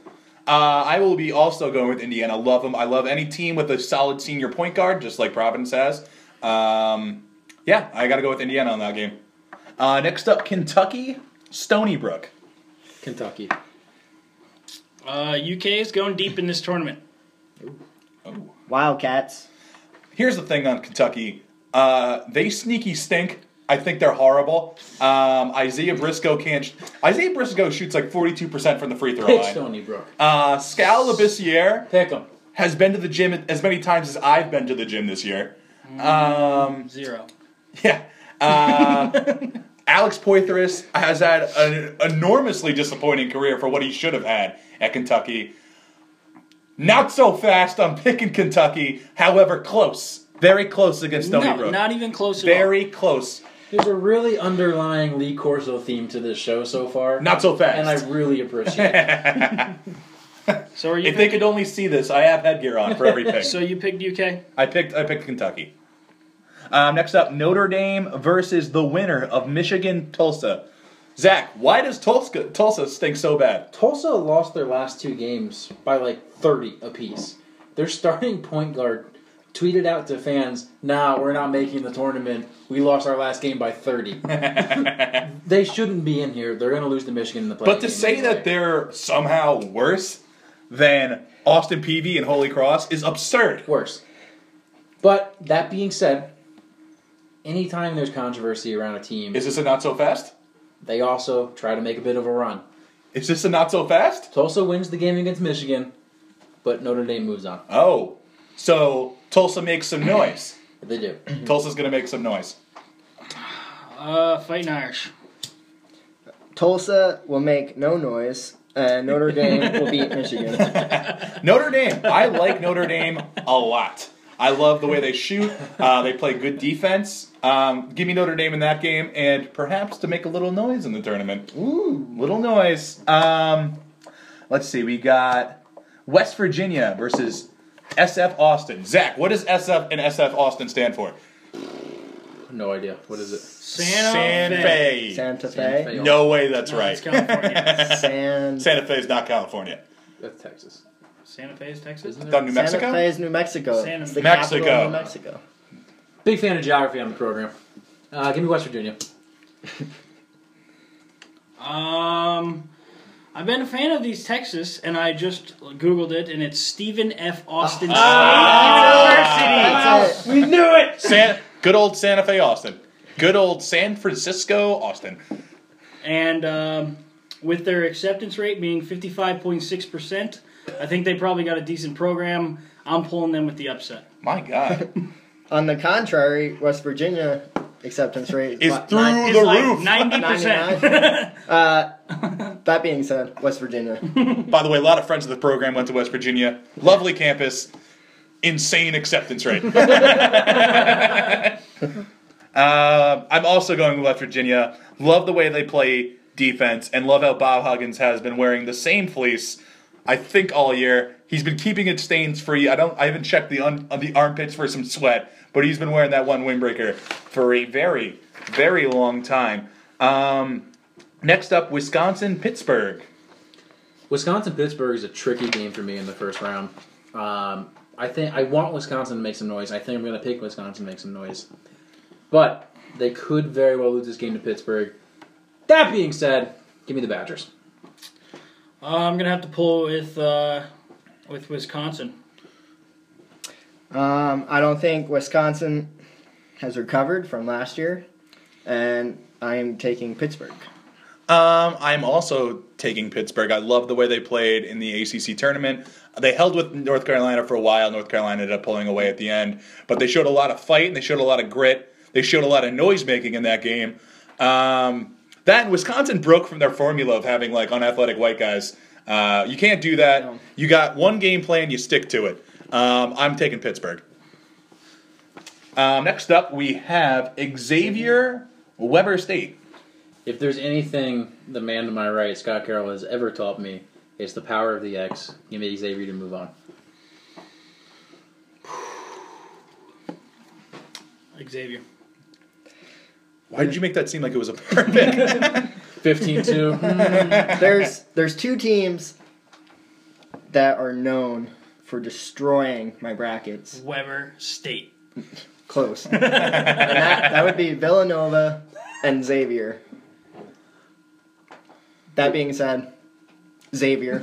Speaker 1: I will be also going with Indiana. Love them. I love any team with a solid senior point guard, just like Providence has. Um, yeah, I got to go with Indiana on that game. Uh, next up, Kentucky, Stony Brook.
Speaker 2: Kentucky.
Speaker 3: Uh, UK is going deep in this tournament.
Speaker 1: Oh.
Speaker 4: Wildcats.
Speaker 1: Here's the thing on Kentucky. Uh, they sneaky stink. I think they're horrible. Um, Isaiah Briscoe can't. Sh- Isaiah Briscoe shoots like 42% from the free throw
Speaker 2: Pick
Speaker 1: line.
Speaker 2: Stony Brook.
Speaker 1: Uh, Scal Labissiere
Speaker 2: Pick 'em.
Speaker 1: has been to the gym as many times as I've been to the gym this year. Um,
Speaker 3: Zero.
Speaker 1: yeah. Uh, Alex Poitras has had an enormously disappointing career for what he should have had at Kentucky. Not so fast. I'm picking Kentucky. However, close. Very close against Stony
Speaker 3: no,
Speaker 1: Brook.
Speaker 3: not even close at
Speaker 1: Very close.
Speaker 2: There's a really underlying Lee Corso theme to this show so far.
Speaker 1: Not so fast.
Speaker 2: and I really appreciate it.
Speaker 3: all. So are you?
Speaker 1: if they
Speaker 3: Pick-
Speaker 1: could only see this, I have headgear on for every pick.
Speaker 3: so you picked UK.
Speaker 1: I picked I picked Kentucky. Um, next up, Notre Dame versus the winner of Michigan Tulsa. Zach, why does Tulsa Tulsa stink so bad?
Speaker 2: Tulsa lost their last two games by like 30 apiece. Their starting point guard tweeted out to fans, "Nah, we're not making the tournament. We lost our last game by 30." they shouldn't be in here. They're going to lose to Michigan in the playoffs.
Speaker 1: But to say that they're somehow worse than Austin Peavy and Holy Cross is absurd.
Speaker 2: worse. But that being said, anytime there's controversy around a team,
Speaker 1: Is this a not so fast?
Speaker 2: they also try to make a bit of a run.
Speaker 1: Is this a not so fast?
Speaker 2: Tulsa wins the game against Michigan, but Notre Dame moves on.
Speaker 1: Oh, so Tulsa makes some noise.
Speaker 2: They do.
Speaker 1: Tulsa's gonna make some noise.
Speaker 3: Uh, fighting Irish.
Speaker 4: Tulsa will make no noise, and Notre Dame will beat Michigan.
Speaker 1: Notre Dame. I like Notre Dame a lot. I love the way they shoot. Uh, they play good defense. Um, give me Notre Dame in that game, and perhaps to make a little noise in the tournament. Ooh, little noise. Um, let's see. We got West Virginia versus SF Austin. Zach, what does SF and SF Austin stand for?
Speaker 2: No idea. What is it?
Speaker 3: Santa Fe.
Speaker 1: Fe.
Speaker 4: Santa
Speaker 2: Santa
Speaker 4: Fe.
Speaker 2: Fe.
Speaker 1: No way. That's
Speaker 3: No,
Speaker 1: right.
Speaker 3: it's California.
Speaker 4: San-
Speaker 1: Santa Fe is not California.
Speaker 2: That's Texas.
Speaker 3: Santa Fe is Texas.
Speaker 2: Isn't
Speaker 1: Done New
Speaker 4: Santa
Speaker 1: Mexico.
Speaker 4: Fe is New Mexico.
Speaker 3: Santa-
Speaker 4: It's the
Speaker 1: Mexico.
Speaker 4: capital of New Mexico.
Speaker 2: Big fan of geography on the program. Uh, give me West Virginia.
Speaker 3: Um, I've been a fan of these Texas, and I just googled it, and it's Stephen F. Austin.
Speaker 1: Ah!
Speaker 4: That's it.
Speaker 2: We knew it.
Speaker 1: San, good old Santa Fe, Austin. Good old San Francisco, Austin.
Speaker 3: State. And um, with their acceptance rate being fifty-five point six percent, I think they probably got a decent program. I'm pulling them with the upset.
Speaker 1: My God,
Speaker 4: On the contrary, West Virginia acceptance rate
Speaker 1: is
Speaker 4: ni-
Speaker 1: through
Speaker 4: nine-
Speaker 1: the
Speaker 3: It's like
Speaker 1: roof.
Speaker 3: ninety percent.
Speaker 4: 99. uh, that being said, West Virginia.
Speaker 1: By the way, a lot of friends of the program went to West Virginia. Lovely campus, insane acceptance rate. Uh, I'm also going with West Virginia. Love the way they play defense, and love how Bob Huggins has been wearing the same fleece. I think all year he's been keeping it stains free. I don't. I haven't checked the un, the armpits for some sweat, but he's been wearing that one windbreaker for a very, very long time. Um, next up, Wisconsin Pittsburgh.
Speaker 2: Wisconsin Pittsburgh is a tricky game for me in the first round. Um, I think I want Wisconsin to make some noise. I think I'm going to pick Wisconsin to make some noise, but they could very well lose this game to Pittsburgh. That being said, give me the Badgers.
Speaker 3: Uh, I'm gonna have to pull with uh, with Wisconsin.
Speaker 4: Um, I don't think Wisconsin has recovered from last year, and I am taking Pittsburgh.
Speaker 1: Um, I'm also taking Pittsburgh. I love the way they played in the ACC tournament. They held with North Carolina for a while. North Carolina ended up pulling away at the end, but they showed a lot of fight and they showed a lot of grit. They showed a lot of noise making in that game. Um, that and Wisconsin broke from their formula of having like unathletic white guys. Uh, you can't do that.
Speaker 4: No.
Speaker 1: You got one game plan, you stick to it. Um, I'm taking Pittsburgh. Um, next up, we have Xavier Weber State.
Speaker 2: If there's anything the man to my right, Scott Carroll, has ever taught me, it's the power of the X. Give me Xavier to move on.
Speaker 3: Xavier.
Speaker 1: Why did you make that seem like it was a perfect?
Speaker 2: 15 2.
Speaker 4: There's there's two teams that are known for destroying my brackets.
Speaker 3: Weber State.
Speaker 4: Close. and that, that would be Villanova and Xavier. That being said, Xavier.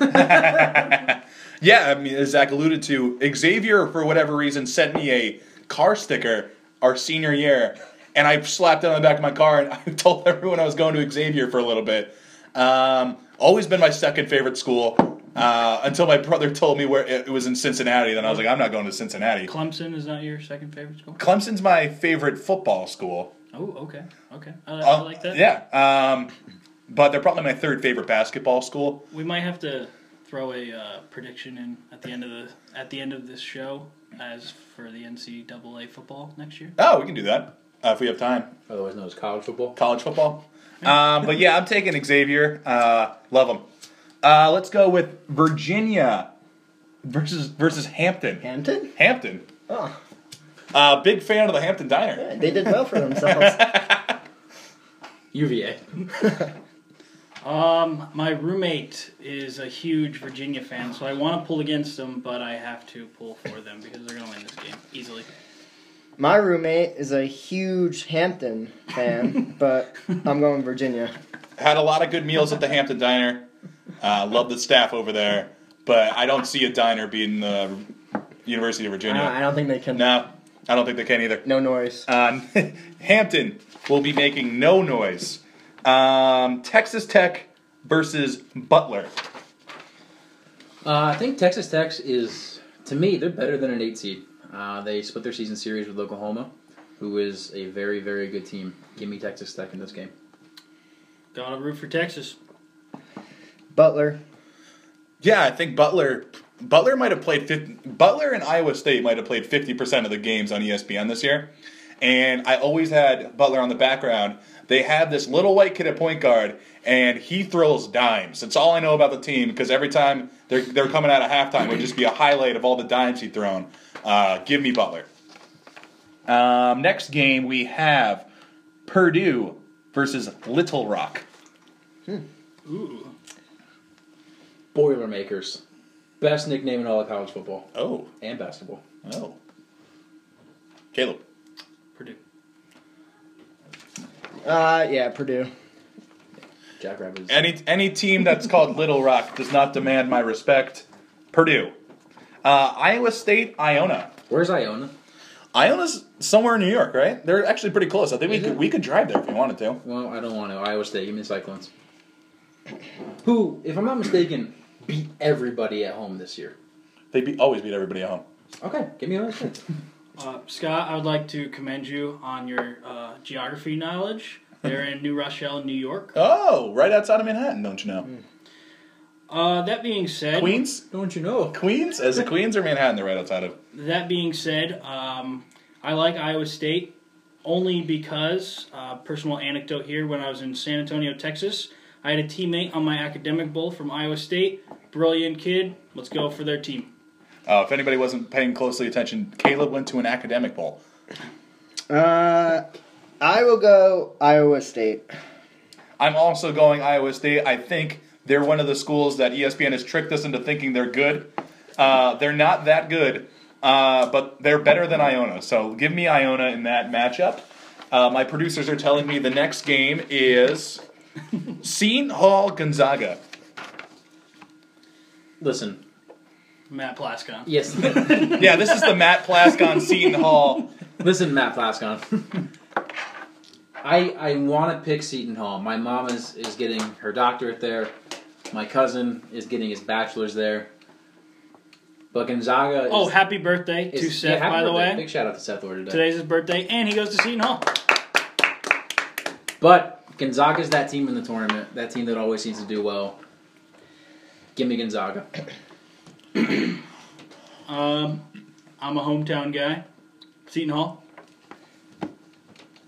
Speaker 1: Yeah, I mean, as Zach alluded to, Xavier, for whatever reason, sent me a car sticker our senior year, and I slapped it on the back of my car, and I told everyone I was going to Xavier for a little bit. Um, always been my second favorite school uh, until my brother told me where it, it was in Cincinnati. Then I was like, I'm not going to Cincinnati.
Speaker 3: Clemson is not your second favorite school.
Speaker 1: Clemson's my favorite football school.
Speaker 3: Oh, okay, okay. I, I
Speaker 1: Uh,
Speaker 3: Oh, like that.
Speaker 1: Yeah, um, but they're probably my third favorite basketball school.
Speaker 3: We might have to throw a uh, prediction in at the end of the at the end of this show as for the NCAA football next year.
Speaker 1: Oh, we can do that uh, if we have time.
Speaker 2: Otherwise known as college football.
Speaker 1: college football. Um, but yeah, I'm taking Xavier. Uh, love him. Uh, let's go with Virginia versus versus Hampton.
Speaker 4: Hampton?
Speaker 1: Hampton.
Speaker 4: Oh,
Speaker 1: Uh, big fan of the Hampton Diner.
Speaker 4: they did well for themselves.
Speaker 2: UVA.
Speaker 3: Um, my roommate is a huge Virginia fan, so I want to pull against them, but I have to pull for them because they're going to win this game easily.
Speaker 4: My roommate is a huge Hampton fan, but I'm going Virginia.
Speaker 1: Had a lot of good meals at the Hampton Diner. Uh, love the staff over there, but I don't see a diner beating the University of
Speaker 4: I don't, Uh, I
Speaker 1: Virginia.
Speaker 4: don't think they can.
Speaker 1: No, I don't think they can either.
Speaker 4: No noise.
Speaker 1: Uh, Hampton will be making no noise. Um, Texas Tech versus Butler.
Speaker 2: Uh, I think Texas Tech is, to me, they're better than an eight seed. Uh, they split their season series with Oklahoma, who is a very, very good team. Give me Texas Tech in this game.
Speaker 3: Gotta root for Texas.
Speaker 4: Butler.
Speaker 1: Yeah, I think Butler Butler might have played 50, Butler and Iowa State might have played fifty percent of the games on E ESPN this year. And I always had Butler on the background. They have this little white kid at point guard, and he throws dimes. That's all I know about the team because every time they're they're coming out of halftime, it would just be a highlight of all the dimes he thrown. Uh, give me Butler. Um, next game we have Purdue versus Little Rock.
Speaker 3: Ooh.
Speaker 2: Boilermakers. Best nickname in all of college football
Speaker 1: Oh,
Speaker 2: and basketball.
Speaker 1: oh, Caleb.
Speaker 3: Purdue.
Speaker 4: Uh, yeah, Purdue.
Speaker 2: Jackrabbits.
Speaker 1: Any any team that's called Little Rock does not demand my respect. Purdue, uh, Iowa State, Iona.
Speaker 2: Where's Iona?
Speaker 1: Iona's somewhere in New York, right? They're actually pretty close. I think we
Speaker 2: Is
Speaker 1: could,
Speaker 2: it?
Speaker 1: we could drive there if we wanted to.
Speaker 2: Well, I don't want to. Iowa State. Give me the Cyclones. Who, if I'm not mistaken, beat everybody at home this year.
Speaker 1: They be, always beat everybody at home.
Speaker 2: Okay, give me Iowa State.
Speaker 3: Uh, Scott, I would like to commend you on your uh, geography knowledge. They're in New Rochelle, New York.
Speaker 1: Oh, right outside of Manhattan, don't you know?
Speaker 3: Uh, that being said,
Speaker 1: Mm. Queens,
Speaker 2: don't you know?
Speaker 1: Queens, as it Queens or Manhattan, they're right outside of.
Speaker 3: That being said, um, I like Iowa State only because, uh, personal anecdote here, when I was in San Antonio, Texas, I had a teammate on my academic bowl from Iowa State. Brilliant kid. Let's go for their team.
Speaker 1: Uh, if anybody wasn't paying closely attention, Caleb went to an academic bowl.
Speaker 4: Uh, I will go Iowa State.
Speaker 1: I'm also going Iowa State. I think they're one of the schools that E ESPN has tricked us into thinking they're good. Uh, they're not that good, uh, but they're better than Iona. So give me Iona in that matchup. Uh, my producers are telling me the next game is Seton Hall Gonzaga.
Speaker 2: Listen.
Speaker 3: Matt Plaskon.
Speaker 2: Yes.
Speaker 1: Yeah, this is the Matt Plascon Seton Hall.
Speaker 2: Listen, Matt Plaskon. I I want to pick Seton Hall. My mom is, is getting her doctorate there. My cousin is getting his bachelor's there. But Gonzaga is.
Speaker 3: Oh, happy birthday
Speaker 2: is-
Speaker 3: to Seth,
Speaker 2: yeah, happy
Speaker 3: by the
Speaker 2: birthday.
Speaker 3: way.
Speaker 2: Big shout out to Seth Lord today.
Speaker 3: Today's his birthday, and he goes to Seton Hall.
Speaker 2: But Gonzaga's that team in the tournament. That team that always seems to do well. Give me Gonzaga.
Speaker 3: Um, I'm a hometown guy. Seton Hall.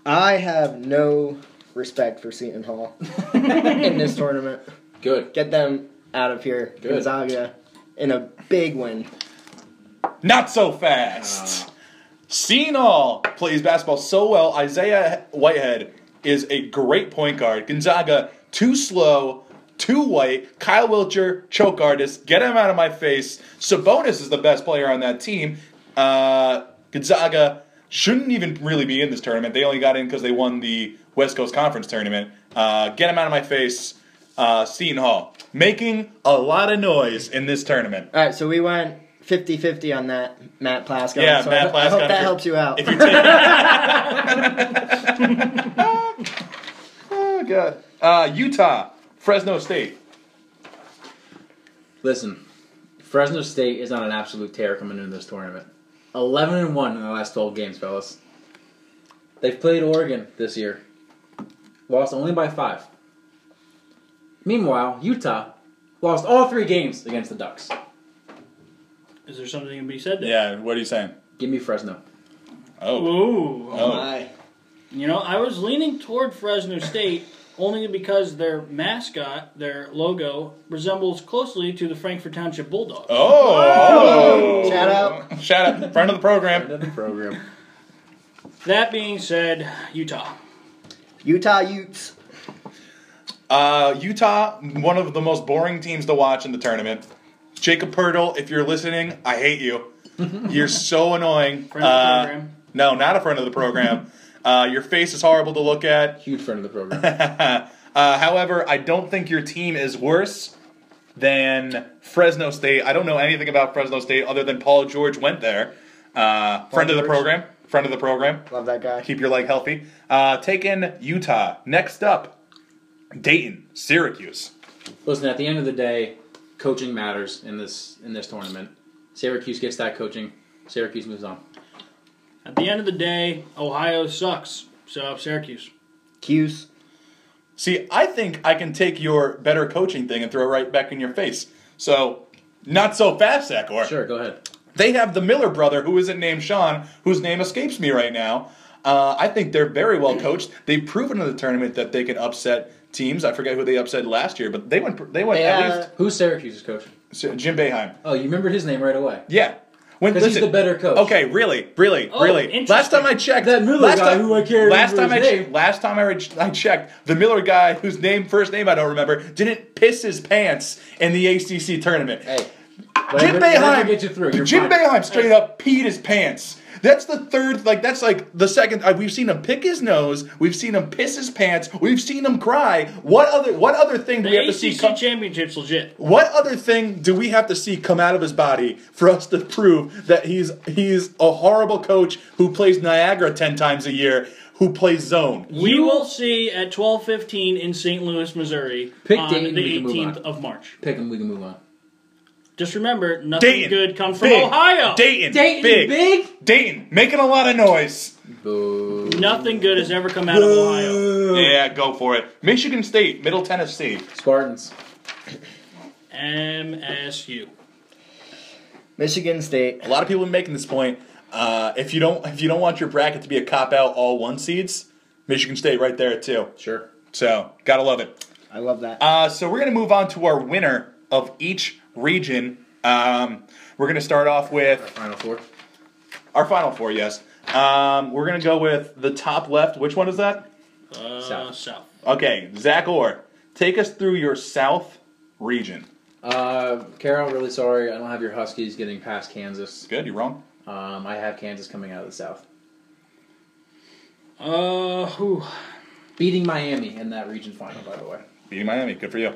Speaker 4: I have no respect for Seton Hall in this tournament.
Speaker 2: Good.
Speaker 4: Get them out of here,
Speaker 2: Good.
Speaker 4: Gonzaga, in a big win.
Speaker 1: Not so fast. Seton Hall plays basketball so well. Isaiah Whitehead is a great point guard. Gonzaga, too slow, too white. Kyle Wilcher, choke artist. Get him out of my face. Sabonis is the best player on that team. Uh, Gonzaga shouldn't even really be in this tournament. They only got in because they won the West Coast Conference tournament. Uh, get him out of my face. Uh, Seton Hall making a lot of noise in this tournament.
Speaker 4: All right, so we went 50-50 on that, Matt Plasko.
Speaker 1: Yeah,
Speaker 4: so I
Speaker 1: Matt
Speaker 4: ho- I hope
Speaker 1: Plaskon, if
Speaker 4: that
Speaker 1: you're-
Speaker 4: helps you out.
Speaker 1: If you're taking. oh god. Uh, Utah, Fresno State.
Speaker 2: Listen, Fresno State is on an absolute tear coming into this tournament. Eleven and one in the last twelve games, fellas. They've played Oregon this year. Lost only by five. Meanwhile, Utah lost all three games against the Ducks.
Speaker 3: Is there something to be said there?
Speaker 1: Yeah. What are you saying?
Speaker 2: Give me Fresno.
Speaker 1: Oh.
Speaker 3: Ooh.
Speaker 1: Oh.
Speaker 4: My.
Speaker 3: You know, I was leaning toward Fresno State only because their mascot, their logo, resembles closely to the Frankfort Township Bulldogs.
Speaker 1: Oh.
Speaker 4: Shout out.
Speaker 1: Shout out. Friend of the program.
Speaker 2: Another program.
Speaker 3: That being said, Utah.
Speaker 4: Utah Utes.
Speaker 1: Uh, Utah, one of the most boring teams to watch in the tournament. Jacob Pertle, if you're listening, I hate you. You're so annoying.
Speaker 3: Friend of the
Speaker 1: Uh,
Speaker 3: program.
Speaker 1: No, not a friend of the program. uh, your face is horrible to look at.
Speaker 2: Huge friend of the program.
Speaker 1: uh, however, I don't think your team is worse than Fresno State. I don't know anything about Fresno State other than Paul George went there. Uh, friend of the
Speaker 4: George.
Speaker 1: program. Friend of the program.
Speaker 4: Love that guy.
Speaker 1: Keep your leg healthy. Uh, taking Utah. Next up, Dayton, Syracuse.
Speaker 2: Listen, at the end of the day, coaching matters in this in this tournament. Syracuse gets that coaching. Syracuse moves on.
Speaker 3: At the end of the day, Ohio sucks. So Syracuse.
Speaker 4: Cuse.
Speaker 1: See, I think I can take your better coaching thing and throw it right back in your face. So, not so fast, Zachor.
Speaker 2: Sure, go ahead.
Speaker 1: They have the Miller brother, who isn't named Sean, whose name escapes me right now. Uh, I think they're very well coached. They've proven in the tournament that they can upset teams. I forget who they upset last year, but they went. They went
Speaker 4: Yeah.
Speaker 1: at
Speaker 2: Who's Syracuse's coach?
Speaker 1: least S- Jim Boeheim.
Speaker 2: Oh, you remembered his name right away.
Speaker 1: Yeah, when
Speaker 2: Because he's
Speaker 1: listen-
Speaker 2: the better coach.
Speaker 1: Okay, really, really,
Speaker 3: Oh,
Speaker 1: really. Last
Speaker 3: interesting.
Speaker 1: time I checked,
Speaker 2: That Miller
Speaker 1: last
Speaker 2: guy
Speaker 1: time,
Speaker 2: who I can't
Speaker 1: Last time
Speaker 2: remember
Speaker 1: I
Speaker 2: his
Speaker 1: che-
Speaker 2: name.
Speaker 1: last time I, re- I checked, the Miller guy whose name first name I don't remember didn't piss his pants in the ACC tournament.
Speaker 2: Hey,
Speaker 1: Jim
Speaker 2: Whatever- whatever
Speaker 1: Boeheim
Speaker 2: gets you through. You're
Speaker 1: Jim
Speaker 2: fine.
Speaker 1: Boeheim straight up peed his pants. That's the third, like that's like the second. uh, We've seen him pick his nose. We've seen him piss his pants. We've seen him cry. What other what other thing do we
Speaker 3: The
Speaker 1: have to see?
Speaker 3: ACC
Speaker 1: Come,
Speaker 3: championship's legit.
Speaker 1: what other thing do we have to see come out of his body for us to prove that he's he's a horrible coach who plays Niagara ten times a year, who plays zone?
Speaker 3: We will see at twelve fifteen in St. Louis, Missouri,
Speaker 2: Pick
Speaker 3: on
Speaker 2: Dayton,
Speaker 3: the
Speaker 2: we can move
Speaker 3: eighteenth
Speaker 2: on.
Speaker 3: of March.
Speaker 2: Pick him. We can move on.
Speaker 3: Just remember, nothing
Speaker 1: Dayton,
Speaker 3: good comes from
Speaker 1: big.
Speaker 3: Ohio.
Speaker 1: Dayton,
Speaker 2: Dayton,
Speaker 1: big.
Speaker 2: big.
Speaker 1: Dayton, making a lot of noise.
Speaker 2: Boo.
Speaker 3: Nothing good has ever come out of Ohio.
Speaker 1: Yeah, go for it. Michigan State, Middle Tennessee.
Speaker 2: Spartans.
Speaker 3: MSU.
Speaker 4: Michigan State.
Speaker 1: A lot of people have been making this point. Uh, if you don't, if you don't want your bracket to be a cop out, all one seeds, Michigan State right there too.
Speaker 2: Sure.
Speaker 1: So gotta love it.
Speaker 4: I love that.
Speaker 1: Uh, so we're gonna move on to our winner of each region. Um, we're gonna start off with
Speaker 2: Final four.
Speaker 1: our final four. Yes, um, we're gonna go with the top left. Which one is that?
Speaker 3: Uh,
Speaker 2: South.
Speaker 3: South.
Speaker 1: Okay, Zach Orr, take us through your South region.
Speaker 2: Uh, Carol, really sorry. I don't have your Huskies getting past Kansas.
Speaker 1: Good, you're wrong.
Speaker 2: Um, I have Kansas coming out of the South,
Speaker 3: Uh, whew.
Speaker 2: beating Miami in that region final. By the way,
Speaker 1: Beating Miami. Good for you.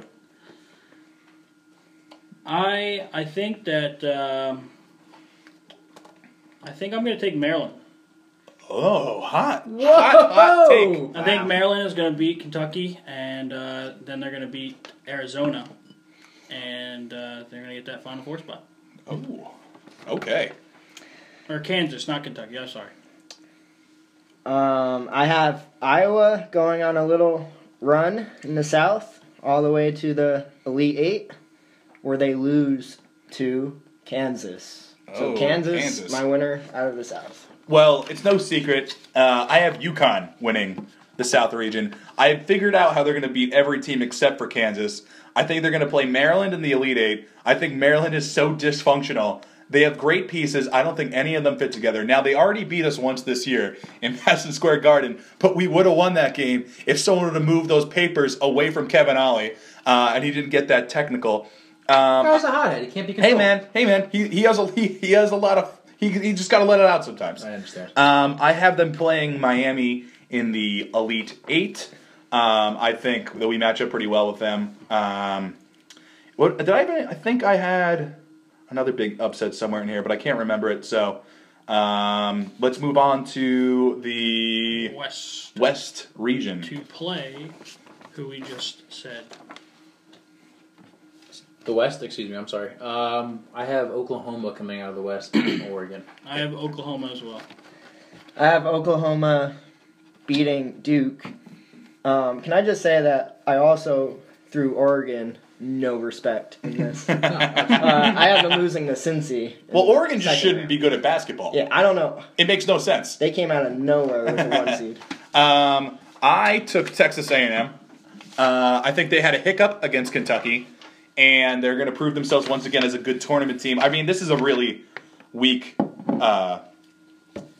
Speaker 3: I I think that um, I think I'm going to take Maryland.
Speaker 1: Oh, hot, hot, hot take.
Speaker 2: Whoa!
Speaker 3: I think Maryland is going to beat Kentucky, and uh, then they're going to beat Arizona, and uh, they're going to get that Final Four spot.
Speaker 1: Oh, okay.
Speaker 3: Or Kansas, not Kentucky. I'm sorry.
Speaker 4: Um, I have Iowa going on a little run in the South, all the way to the Elite Eight, where they lose to Kansas.
Speaker 1: Oh,
Speaker 4: so Kansas,
Speaker 1: Kansas.
Speaker 4: my winner out of the South.
Speaker 1: Well, it's no secret. Uh, I have UConn winning the South region. I figured out how they're going to beat every team except for Kansas. I think they're going to play Maryland in the Elite Eight. I think Maryland is so dysfunctional. They have great pieces. I don't think any of them fit together. Now, they already beat us once this year in Madison Square Garden, but we would have won that game if someone would have moved those papers away from Kevin Ollie, uh, and he didn't get that technical. Um,
Speaker 2: Carol's a hothead. He can't be.
Speaker 1: hey,
Speaker 2: Controlled.
Speaker 1: man. Hey, man. He, he, has, a, he, he has a lot of. He, he just got to let it out sometimes.
Speaker 2: I understand. Uh,
Speaker 1: Um, I have them playing Miami in the Elite Eight. Um, I think that we match up pretty well with them. Um, what did I? Have any, I think I had another big upset somewhere in here, but I can't remember it. So um, let's move on to the
Speaker 3: West
Speaker 1: West region.
Speaker 3: to play, who we just said.
Speaker 2: The West. Excuse me. I'm sorry. Um, I have Oklahoma coming out of the West. beating Oregon.
Speaker 3: I have Oklahoma as well.
Speaker 4: I have Oklahoma beating Duke. Um, can I just say that I also threw Oregon no respect in this. uh, I have them losing to Cincy. in
Speaker 1: Well,
Speaker 4: the
Speaker 1: Oregon just
Speaker 4: second
Speaker 1: shouldn't
Speaker 4: round.
Speaker 1: be good at basketball.
Speaker 4: Yeah, I don't know.
Speaker 1: It makes no sense.
Speaker 4: They came out of nowhere with the one seed.
Speaker 1: Um, I took Texas A&M. Uh, I think they had a hiccup against Kentucky, and they're going to prove themselves once again as a good tournament team. I mean, this is a really weak uh,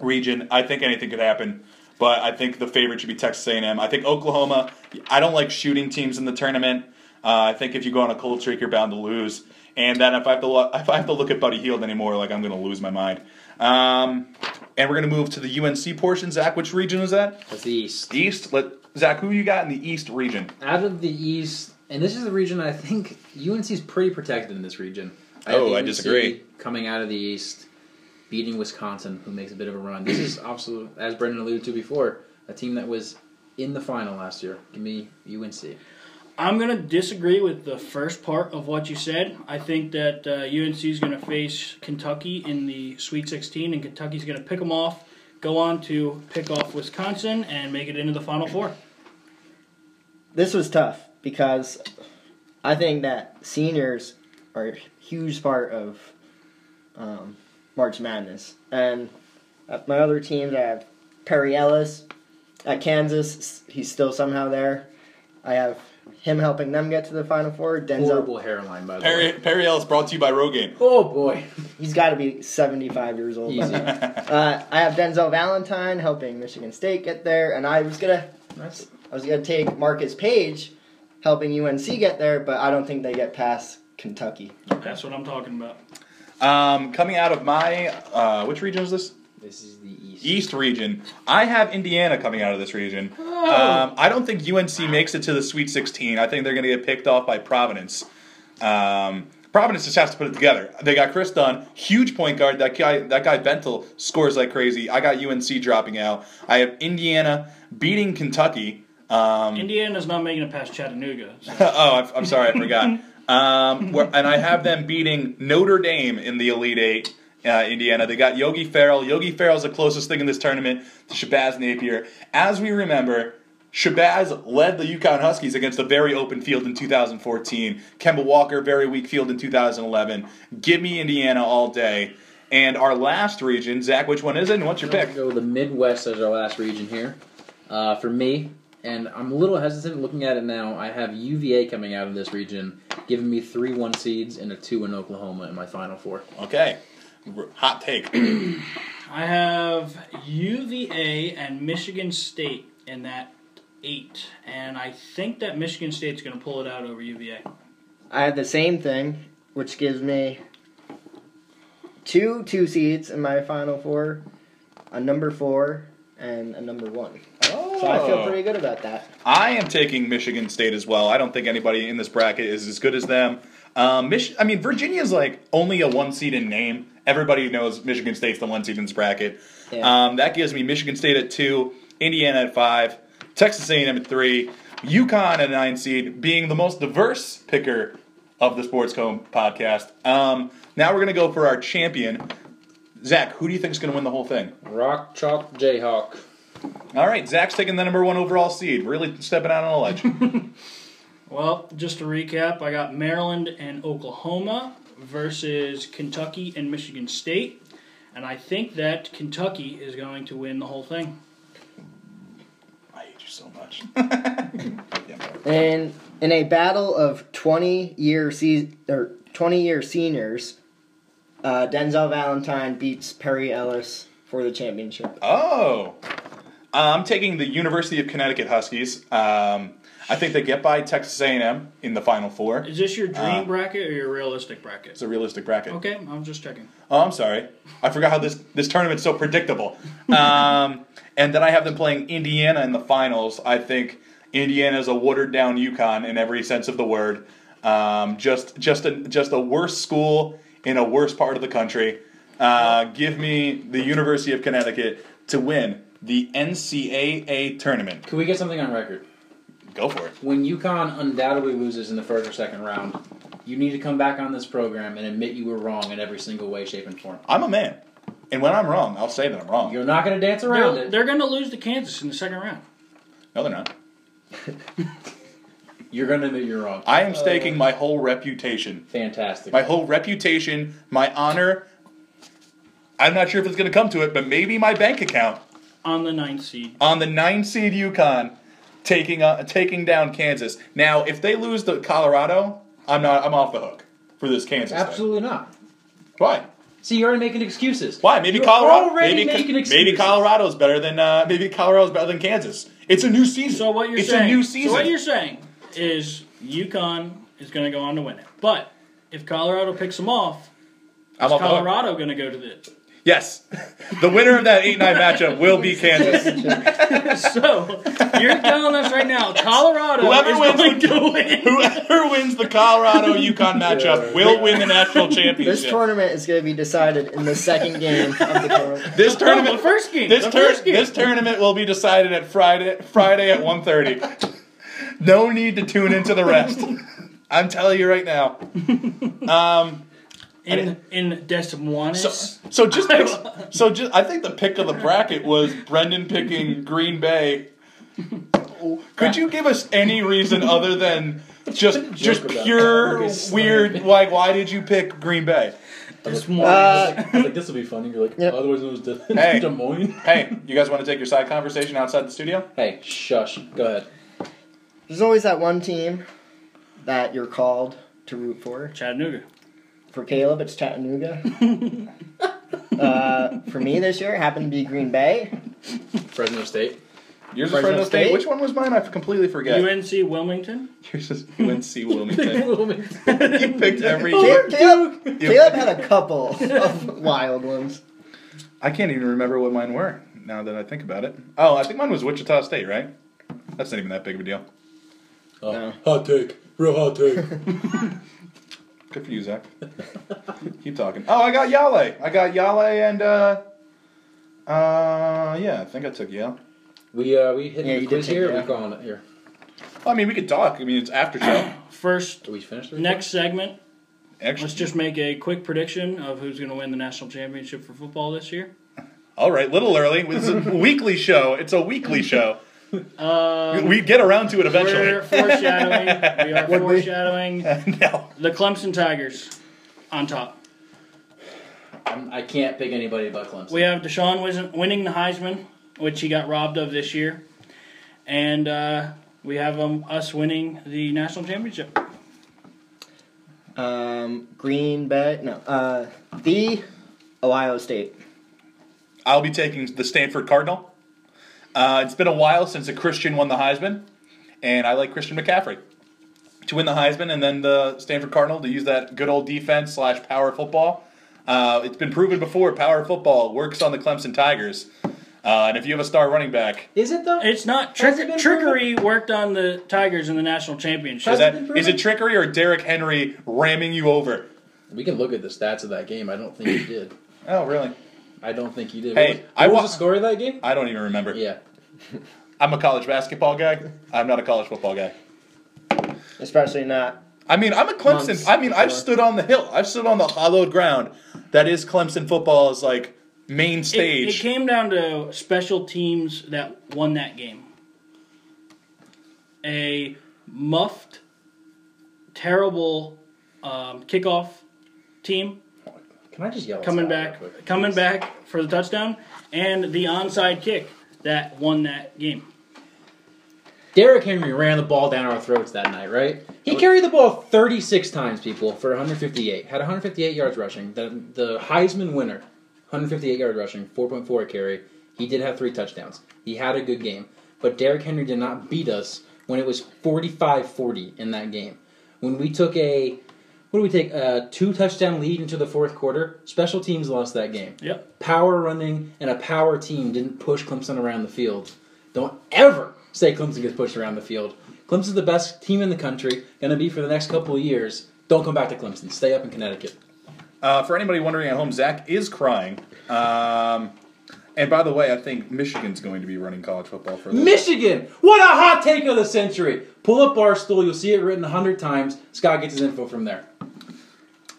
Speaker 1: region. I think anything could happen, but I think the favorite should be Texas A&M. I think Oklahoma. I don't like shooting teams in the tournament. Uh, I think if you go on a cold streak, you're bound to lose. And then if I have to lo- if I have to look at Buddy Heald anymore, like I'm going to lose my mind. Um, and we're going to move to the UNC portion. Zach, which region is that?
Speaker 2: That's the East.
Speaker 1: East. Let Zach, who you got in the East region?
Speaker 2: Out of the East, and this is the region I think UNC's pretty protected in this region.
Speaker 1: Oh,
Speaker 2: have
Speaker 1: I
Speaker 2: UNC
Speaker 1: disagree.
Speaker 2: Coming out of the East, beating Wisconsin, who makes a bit of a run. This is absolute, as Brendan alluded to before, a team that was in the final last year. Give me UNC.
Speaker 3: I'm going to disagree with the first part of what you said. I think that uh, UNC is going to face Kentucky in the Sweet 16, and Kentucky's going to pick them off, go on to pick off Wisconsin, and make it into the Final Four.
Speaker 4: this was tough because I think that seniors are a huge part of um, March Madness. And at my other teams, I have Perry Ellis at Kansas. He's still somehow there. I have him helping them get to the Final Four. Denzel,
Speaker 2: Horrible hairline, by the
Speaker 1: Perry
Speaker 2: way.
Speaker 1: Perry Ellis brought to you by Rogaine.
Speaker 2: Oh boy,
Speaker 4: he's got to be 75 years old.
Speaker 2: easy.
Speaker 4: Uh, I have Denzel Valentine helping Michigan State get there. And I was going to
Speaker 2: That's
Speaker 4: I was gonna take Marcus Page, helping UNC get there, but I don't think they get past Kentucky.
Speaker 3: That's what I'm talking about.
Speaker 1: Um, coming out of my uh, which region is this?
Speaker 2: This is the East.
Speaker 1: East region. I have Indiana coming out of this region. Um, I don't think UNC makes it to the Sweet 16. I think they're going to get picked off by Providence. Um, Providence just has to put it together. They got Chris Dunn, huge point guard. That guy, that guy Bentel scores like crazy. I got UNC dropping out. I have Indiana beating Kentucky. Um,
Speaker 3: Indiana's not making it past Chattanooga. so-
Speaker 1: oh, I'm, I'm sorry, I forgot. Um, where, and I have them beating Notre Dame in the Elite Eight. Uh, Indiana. They got Yogi Farrell. Yogi Farrell's the closest thing in this tournament to Shabazz Napier. As we remember, Shabazz led the Yukon Huskies against a very open field in 2014. Kemba Walker, very weak field in 2011. Give me Indiana all day. And our last region, Zach, which one is it? And what's your
Speaker 2: Let's
Speaker 1: pick?
Speaker 2: Go with the Midwest as our last region here. Uh, for me, and I'm a little hesitant looking at it now. I have UVA coming out of this region, giving me three one seeds and a two in Oklahoma in my final four.
Speaker 1: Okay. Hot take.
Speaker 3: I have UVA and Michigan State in that eight, and I think that Michigan State's going to pull it out over UVA.
Speaker 4: I have the same thing, which gives me two two seeds in my final four, a number four, and a number one.
Speaker 1: Oh.
Speaker 4: So I feel pretty good about that.
Speaker 1: I am taking Michigan State as well. I don't think anybody in this bracket is as good as them. Um, Mich- I mean, Virginia's like only a one seed in name. Everybody knows Michigan State's the one seed in this bracket.
Speaker 4: Yeah.
Speaker 1: Um, that gives me Michigan State at two, Indiana at five, Texas A&M at three, UConn at nine seed, being the most diverse picker of the Sports Cone podcast. Um, now we're gonna go for our champion, Zach. Who do you think is gonna win the whole thing?
Speaker 2: Rock Chalk Jayhawk.
Speaker 1: All right, Zach's taking the number one overall seed. Really stepping out on a ledge.
Speaker 3: Well, just to recap, I got Maryland and Oklahoma versus Kentucky and Michigan State, and I think that Kentucky is going to win the whole thing.
Speaker 1: I hate you so much. Yeah.
Speaker 4: And in a battle of twenty year se- or twenty year seniors, uh, Denzel Valentine beats Perry Ellis for the championship.
Speaker 1: Oh, I'm taking the University of Connecticut Huskies. Um, I think they get by Texas A&M in the Final Four.
Speaker 3: Is this your dream
Speaker 1: Uh,
Speaker 3: bracket or your realistic bracket?
Speaker 1: It's a realistic bracket.
Speaker 3: Okay, I'm just checking.
Speaker 1: Oh, I'm sorry. I forgot how this this tournament's so predictable. Um, and then I have them playing Indiana in the finals. I think Indiana's a watered down Yukon in every sense of the word. Um, just just a just a worse school in a worse part of the country. Uh, give me the University of Connecticut to win the NCAA tournament.
Speaker 2: Can we get something on record?
Speaker 1: Go for it.
Speaker 2: When UConn undoubtedly loses in the first or second round, you need to come back on this program and admit you were wrong in every single way, shape, and form.
Speaker 1: I'm a man, and when I'm wrong, I'll say that I'm wrong.
Speaker 2: You're not going to dance around
Speaker 3: They're,
Speaker 2: it.
Speaker 3: they're going to lose to Kansas in the second round.
Speaker 1: No, they're not.
Speaker 2: You're going to admit you're wrong.
Speaker 1: I am staking my whole reputation
Speaker 2: Fantastic.
Speaker 1: my whole reputation, my honor. I'm not sure if it's going to come to it, but maybe my bank account
Speaker 3: On the ninth seed.
Speaker 1: on the nine seed Yukon taking uh, taking down Kansas. Now, if they lose to Colorado, I'm not I'm off the hook for this Kansas. thing.
Speaker 2: Absolutely not.
Speaker 1: Why?
Speaker 2: See, you're already making excuses.
Speaker 1: Why? Maybe
Speaker 2: You're
Speaker 1: Colorado.
Speaker 2: already
Speaker 1: Maybe,
Speaker 2: making excuses.
Speaker 1: maybe Colorado's better than uh, maybe Colorado's better than Kansas. It's a new season.
Speaker 3: So what you're
Speaker 1: it's
Speaker 3: saying?
Speaker 1: a new season.
Speaker 3: So what you're saying is UConn is going to go on to win it. But if Colorado picks them off,
Speaker 1: I'm
Speaker 3: is
Speaker 1: off the hook.
Speaker 3: Colorado going to go to the?
Speaker 1: Yes, the winner of that eight nine matchup will be Kansas.
Speaker 3: So you're telling us right now, Colorado
Speaker 1: Whoever
Speaker 3: is
Speaker 1: wins
Speaker 3: going
Speaker 1: would-
Speaker 3: to win.
Speaker 1: Whoever wins the Colorado Yukon matchup will win the national championship.
Speaker 4: This tournament is going to be decided in the second game of the tournament.
Speaker 1: This
Speaker 3: Oh,
Speaker 1: tournament,
Speaker 3: the first game.
Speaker 1: this
Speaker 3: the
Speaker 1: tur-
Speaker 3: first game.
Speaker 1: this tournament will be decided at Friday Friday at 1.30. no need to tune into the rest. I'm telling you right now. Um,
Speaker 3: in in Des Moines.
Speaker 1: so, so just pick, so just I think the pick of the bracket was Brendan picking Green Bay. Could you give us any reason other than just just
Speaker 2: about
Speaker 1: pure
Speaker 2: that?
Speaker 1: weird like why did you pick Green Bay?
Speaker 3: Des
Speaker 4: Uh,
Speaker 2: I was like, this will be funny. You're like,
Speaker 4: Yep.
Speaker 2: otherwise known as De-
Speaker 1: Hey.
Speaker 2: Des Moines.
Speaker 1: Hey, you guys want to take your side conversation outside the studio?
Speaker 2: Hey, shush. Go ahead.
Speaker 4: There's always that one team that you're called to root for.
Speaker 3: Chattanooga.
Speaker 4: For Caleb, it's Chattanooga. uh, for me this year, it happened to be Green Bay.
Speaker 2: Fresno State.
Speaker 1: Yours is
Speaker 4: Fresno
Speaker 1: Fresno State.
Speaker 4: State?
Speaker 1: Which one was mine? I completely forget.
Speaker 3: UNC Wilmington.
Speaker 1: Yours is UNC Wilmington.
Speaker 2: Oh, Wilmington.
Speaker 1: you picked every.
Speaker 4: Caleb, Caleb, Caleb had a couple of wild ones.
Speaker 1: I can't even remember what mine were now that I think about it. Oh, I think mine was Wichita State, right? That's not even that big of a deal.
Speaker 4: No.
Speaker 2: Oh, Hot take. Real hot take.
Speaker 1: Good for you, Zach. Keep talking. Oh, I got Yale. I got Yale and uh, uh, yeah, I think I took Yale.
Speaker 2: we uh, we hit
Speaker 4: Yeah,
Speaker 2: the
Speaker 4: you
Speaker 2: quiz
Speaker 4: did take
Speaker 2: here.
Speaker 4: it
Speaker 2: or We
Speaker 4: out.
Speaker 2: calling it here.
Speaker 1: Well, I mean, we could talk. I mean, it's after show.
Speaker 3: First,
Speaker 2: Do we finish this?
Speaker 3: next segment.
Speaker 1: Actually,
Speaker 3: Let's just make a quick prediction of who's going to win the national championship for football this year.
Speaker 1: all right, little early. It's a weekly show. It's a weekly show.
Speaker 3: Um,
Speaker 1: We get around to it
Speaker 3: we're
Speaker 1: eventually.
Speaker 3: foreshadowing. We are
Speaker 4: Would we?
Speaker 3: foreshadowing
Speaker 1: no,
Speaker 3: the Clemson Tigers on top.
Speaker 2: I'm, I can't pick anybody but Clemson.
Speaker 3: We have Deshaun Wis- winning the Heisman, which he got robbed of this year, and uh, we have um, us winning the national championship.
Speaker 4: Um, Green Bay. No. Uh, the Ohio State.
Speaker 1: I'll be taking the Stanford Cardinal. Uh, it's been a while since a Christian won the Heisman, and I like Christian McCaffrey to win the Heisman and then the Stanford Cardinal to use that good old defense slash power football. Uh, it's been proven before power football works on the Clemson Tigers, uh, and if you have a star running back,
Speaker 2: Is it though?
Speaker 3: It's not
Speaker 2: Has it
Speaker 3: trick-
Speaker 2: been
Speaker 3: trickery worked on the Tigers in the national championship.
Speaker 1: is
Speaker 2: Has
Speaker 1: that
Speaker 2: it been
Speaker 1: is it
Speaker 2: proven?
Speaker 1: trickery or Derrick Henry ramming you over?
Speaker 2: We can look at the stats of that game. I don't think he did.
Speaker 1: Oh, really?
Speaker 2: I don't think he did.
Speaker 1: Hey,
Speaker 2: what was,
Speaker 1: I
Speaker 2: what
Speaker 1: wa-
Speaker 2: was the score of that game?
Speaker 1: I don't even remember.
Speaker 2: Yeah.
Speaker 1: I'm a college basketball guy. I'm not a college football guy.
Speaker 4: Especially not.
Speaker 1: I mean, I'm a Clemson.
Speaker 4: Months
Speaker 1: I mean, I've
Speaker 4: before.
Speaker 1: stood on the hill. I've stood on the hollowed ground that is Clemson football's like main
Speaker 3: It, it
Speaker 1: stage.
Speaker 3: came down to special teams that won that game. A muffed, terrible um, kickoff team
Speaker 2: Can I just yell? us
Speaker 3: coming
Speaker 2: out
Speaker 3: back,
Speaker 2: real quick?
Speaker 3: coming back for the touchdown, and the onside kick that won that game.
Speaker 2: Derrick Henry ran the ball down our throats that night, right? He carried the ball 36 times, people, for 158. Had 158 yards rushing. The, the Heisman winner, 158 yard rushing, 4.4 a carry. He did have three touchdowns. He had a good game. But Derrick Henry did not beat us when it was 45 40 in that game. When we took a, what do we take, a two touchdown lead into the fourth quarter, special teams lost that game
Speaker 3: Yep.
Speaker 2: power running and a power team didn't push Clemson around the field. Don't ever say Clemson gets pushed around the field. Clemson's the best team in the country, gonna be for the next couple of years. Don't come back to Clemson. Stay up in Connecticut.
Speaker 1: Uh, for anybody wondering at home, Zach is crying. Um, and by the way, I think Michigan's going to be running college football for a little bit.
Speaker 2: Michigan! What a hot take of the century! Pull up Barstool, you'll see it written a hundred times. Scott gets his info from there.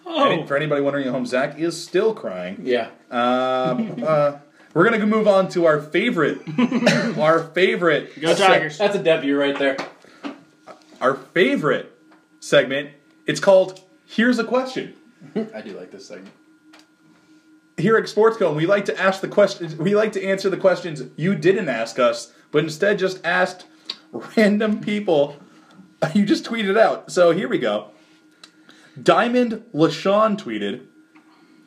Speaker 3: Oh,
Speaker 1: Any- For anybody wondering at home, Zach is still crying.
Speaker 2: Yeah.
Speaker 1: Um, uh, we're gonna move on to our favorite, our favorite,
Speaker 3: Go Tigers.
Speaker 2: That's a W right there.
Speaker 1: our favorite segment. It's called "Here's a Question."
Speaker 2: I do like this segment.
Speaker 1: here at SportsCom, we like to ask the questions. We like to answer the questions you didn't ask us, but instead just asked random people. You just tweeted out. So here we go. Diamond Lashawn tweeted,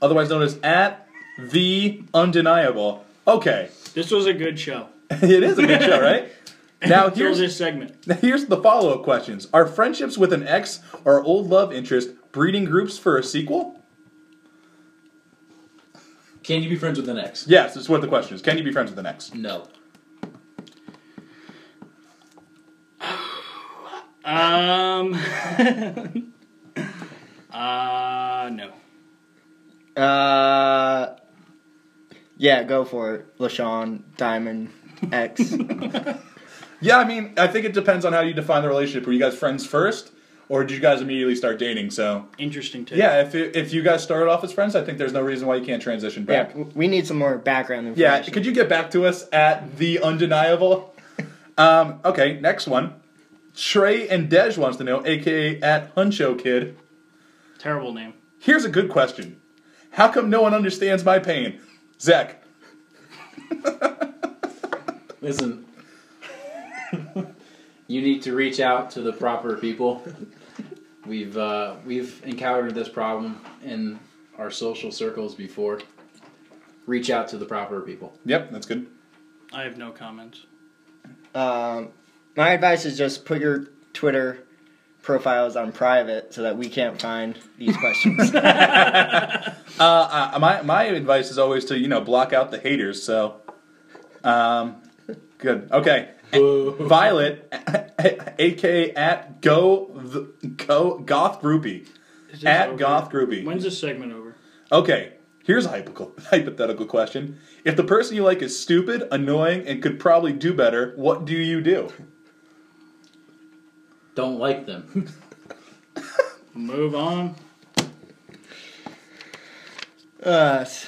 Speaker 1: otherwise known as at the undeniable. Okay,
Speaker 3: This was a good show.
Speaker 1: it is a good show, right? Now
Speaker 3: Till
Speaker 1: here's
Speaker 3: this segment.
Speaker 1: here's the follow up questions: Are friendships with an ex or old love interest breeding groups for a sequel?
Speaker 2: Can you be friends with an ex?
Speaker 1: Yes, that's what the question is. Can you be friends with an ex?
Speaker 2: No.
Speaker 3: Um. uh, no.
Speaker 4: Uh, yeah, go for it. LaShawn, Diamond, X.
Speaker 1: Yeah, I mean, I think it depends on how you define the relationship. Were you guys friends first, or did you guys immediately start dating? So,
Speaker 3: Interesting take.
Speaker 1: yeah, if it, if you guys started off as friends, I think there's no reason why you can't transition
Speaker 4: yeah,
Speaker 1: back.
Speaker 4: w- we need some more background
Speaker 1: Yeah,
Speaker 4: information.
Speaker 1: could you get back to us at the undeniable? Um, okay, next one. Trey and Dej wants to know, aka at Huncho Kid.
Speaker 3: Terrible name.
Speaker 1: Here's a good question: How come no one understands my pain, Zach?
Speaker 2: Listen, you need to reach out to the proper people. We've uh, we've encountered this problem in our social circles before. Reach out to the proper people.
Speaker 1: Yep, that's good.
Speaker 3: I have no comments.
Speaker 4: Um, my advice is just put your Twitter profiles on private so that we can't find these questions.
Speaker 1: Uh, uh, my my advice is always to you know block out the haters. So, um, good. Okay, Violet, aka at go the, go goth groupie
Speaker 3: Is this
Speaker 1: at
Speaker 3: over?
Speaker 1: goth groupie.
Speaker 3: When's this segment over?
Speaker 1: Okay, here's a hypothetical, hypothetical question: If the person you like is stupid, annoying, and could probably do better, what do you do?
Speaker 2: Don't like them.
Speaker 3: Move on.
Speaker 4: uh, s-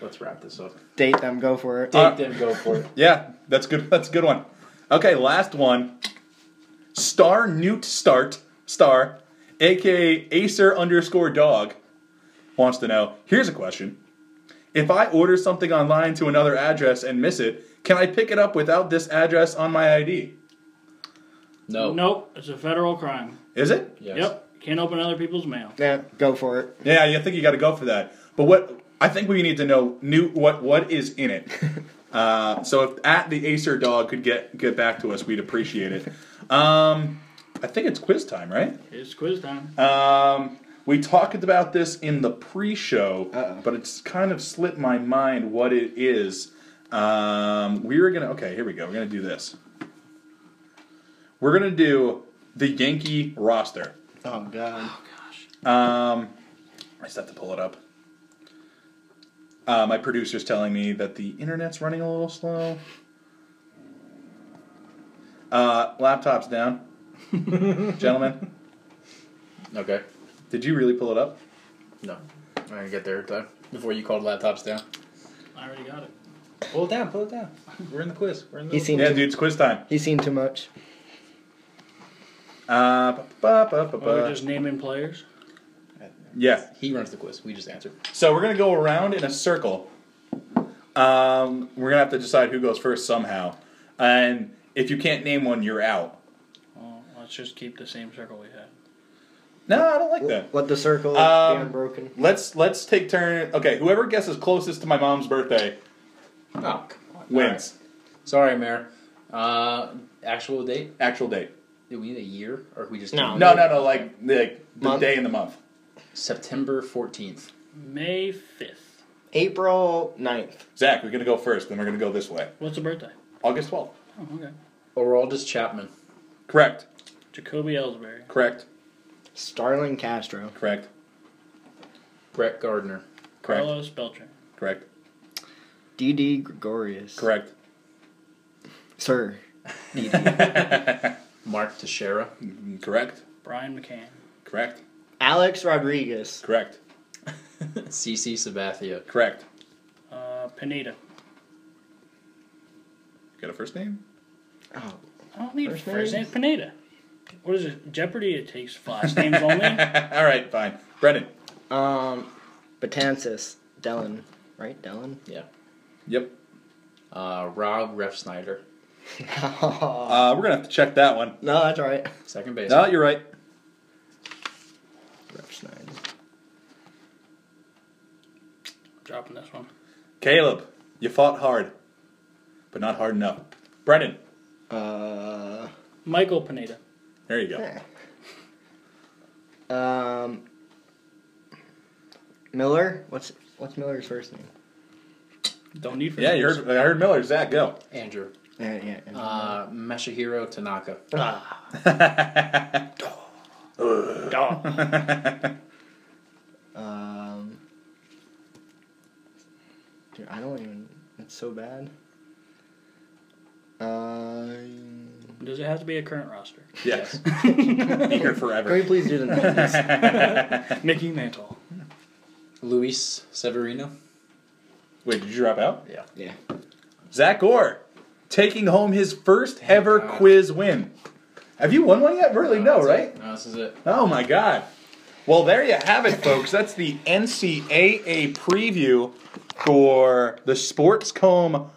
Speaker 2: Let's wrap this up.
Speaker 4: date them, go for it.
Speaker 2: Date
Speaker 1: Uh,
Speaker 2: them, go for it.
Speaker 1: Yeah, that's good. That's a good one. Okay, last one. Star Newt Start Star, aka Acer underscore Dog, wants to know. Here's a question: If I order something online to another address and miss it, can I pick it up without this address on my ID?
Speaker 2: No.
Speaker 3: Nope, it's a federal crime.
Speaker 1: Is it?
Speaker 2: Yes.
Speaker 3: Yep, can't open other people's mail.
Speaker 4: Yeah, go for it.
Speaker 1: Yeah, you think you got to go for that. But what I think we need to know new what what is in it. Uh, so if at the Acer Dog could get get back to us, we'd appreciate it. Um, I think it's quiz time, right?
Speaker 3: It's quiz time.
Speaker 1: Um, we talked about this in the pre-show,
Speaker 4: Uh-oh.
Speaker 1: but it's kind of slipped my mind what it is. Um, we're gonna okay. Here we go. We're gonna do this. We're gonna do the Yankee roster.
Speaker 4: Oh, God.
Speaker 1: Um, I just have to pull it up. Uh, my producer's telling me that the internet's running a little slow. Uh, laptop's down. Gentlemen,
Speaker 2: Okay.
Speaker 1: did you really pull it up?
Speaker 2: No. I'm gonna get there in time before you called laptops down.
Speaker 3: I already got it.
Speaker 2: Pull it down. Pull it down. We're in the quiz. We're in
Speaker 4: He seemed,
Speaker 1: Yeah,
Speaker 4: too,
Speaker 1: dude, it's quiz time.
Speaker 4: he seemed too much.
Speaker 1: Uh, ba- ba- ba- ba-
Speaker 3: Well,
Speaker 1: ba.
Speaker 3: we're just naming players.
Speaker 1: yeah.
Speaker 2: He runs the quiz. We just answer.
Speaker 1: So we're gonna go around in a circle. Um, we're gonna have to decide who goes first somehow, and if you can't name one, you're out.
Speaker 3: Well, let's just keep the same circle we had.
Speaker 1: No, I don't like that.
Speaker 4: Let the circle
Speaker 1: Um,
Speaker 4: be unbroken.
Speaker 1: Let's let's take turn. Okay, whoever guesses closest to my mom's birthday
Speaker 2: Oh, come on.
Speaker 1: wins.
Speaker 2: Alright. Sorry, Mayor. Uh, actual date?
Speaker 1: Actual date.
Speaker 2: Do we need a year, or can we just
Speaker 4: No.
Speaker 1: No, no, no. Like like the
Speaker 4: Month?
Speaker 1: day and the month.
Speaker 2: September fourteenth.
Speaker 3: May 5th.
Speaker 4: April 9th.
Speaker 1: Zach, we're gonna go first. Then we're gonna go this way.
Speaker 3: What's the birthday?
Speaker 1: August twelfth.
Speaker 3: Oh, okay.
Speaker 2: Oraldus Chapman.
Speaker 1: Correct.
Speaker 3: Jacoby Ellsbury.
Speaker 1: Correct.
Speaker 4: Starling Castro.
Speaker 1: Correct.
Speaker 2: Brett Gardner.
Speaker 1: Correct.
Speaker 3: Carlos Beltran.
Speaker 1: Correct.
Speaker 4: DD Gregorius.
Speaker 1: Correct.
Speaker 4: Sir.
Speaker 2: Mark Teixeira.
Speaker 1: Correct.
Speaker 3: Brian McCann.
Speaker 1: Correct.
Speaker 4: Alex Rodriguez.
Speaker 1: Correct.
Speaker 2: CC Sabathia.
Speaker 1: Correct.
Speaker 3: Uh, Pineda.
Speaker 1: Got a first name?
Speaker 4: Oh,
Speaker 3: I don't need
Speaker 4: First
Speaker 3: first, first
Speaker 4: name?
Speaker 3: name. Pineda. What is it? Jeopardy, it takes last names only.
Speaker 1: All right, fine. Brennan.
Speaker 4: Um, Batansis, Dellen, right? Dellen.
Speaker 2: Yeah.
Speaker 1: Yep.
Speaker 2: Uh, Rob Ref Snyder.
Speaker 4: no,
Speaker 1: Uh, we're gonna have to check that one.
Speaker 4: that's all right.
Speaker 2: Second base.
Speaker 1: No, you're right.
Speaker 4: Ref Snyder.
Speaker 3: Dropping this one.
Speaker 1: Caleb, you fought hard, but not hard enough. Brennan,
Speaker 4: Uh,
Speaker 3: Michael Pineda.
Speaker 1: there you go.
Speaker 4: yeah. um, Miller. What's what's Miller's first name?
Speaker 3: Don't need first
Speaker 1: Yeah, you
Speaker 3: names.
Speaker 1: heard. I heard Miller. Zach, go.
Speaker 2: Andrew.
Speaker 4: Yeah, yeah. yeah.
Speaker 2: Uh, Masahiro Tanaka.
Speaker 4: Ah,
Speaker 3: Dog.
Speaker 4: um, dude, I don't even. It's so bad. Um,
Speaker 3: Does it have to be a current roster?
Speaker 1: Yes. Be here
Speaker 4: can we
Speaker 1: forever.
Speaker 4: please do the nineties?
Speaker 3: Mickey Mantle.
Speaker 2: Luis Severino.
Speaker 1: Wait, did you drop out?
Speaker 2: Yeah.
Speaker 4: yeah.
Speaker 1: Zach Orr, taking home his first ever
Speaker 2: Oh God.
Speaker 1: quiz win. Have you won one yet? Really? No,
Speaker 2: that's
Speaker 1: right?
Speaker 2: it. No, this is it.
Speaker 1: Oh my god. Well, there you have it, folks. That's the NCAA preview for the Sports Comb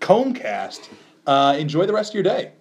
Speaker 1: Combcast. Uh, enjoy the rest of your day.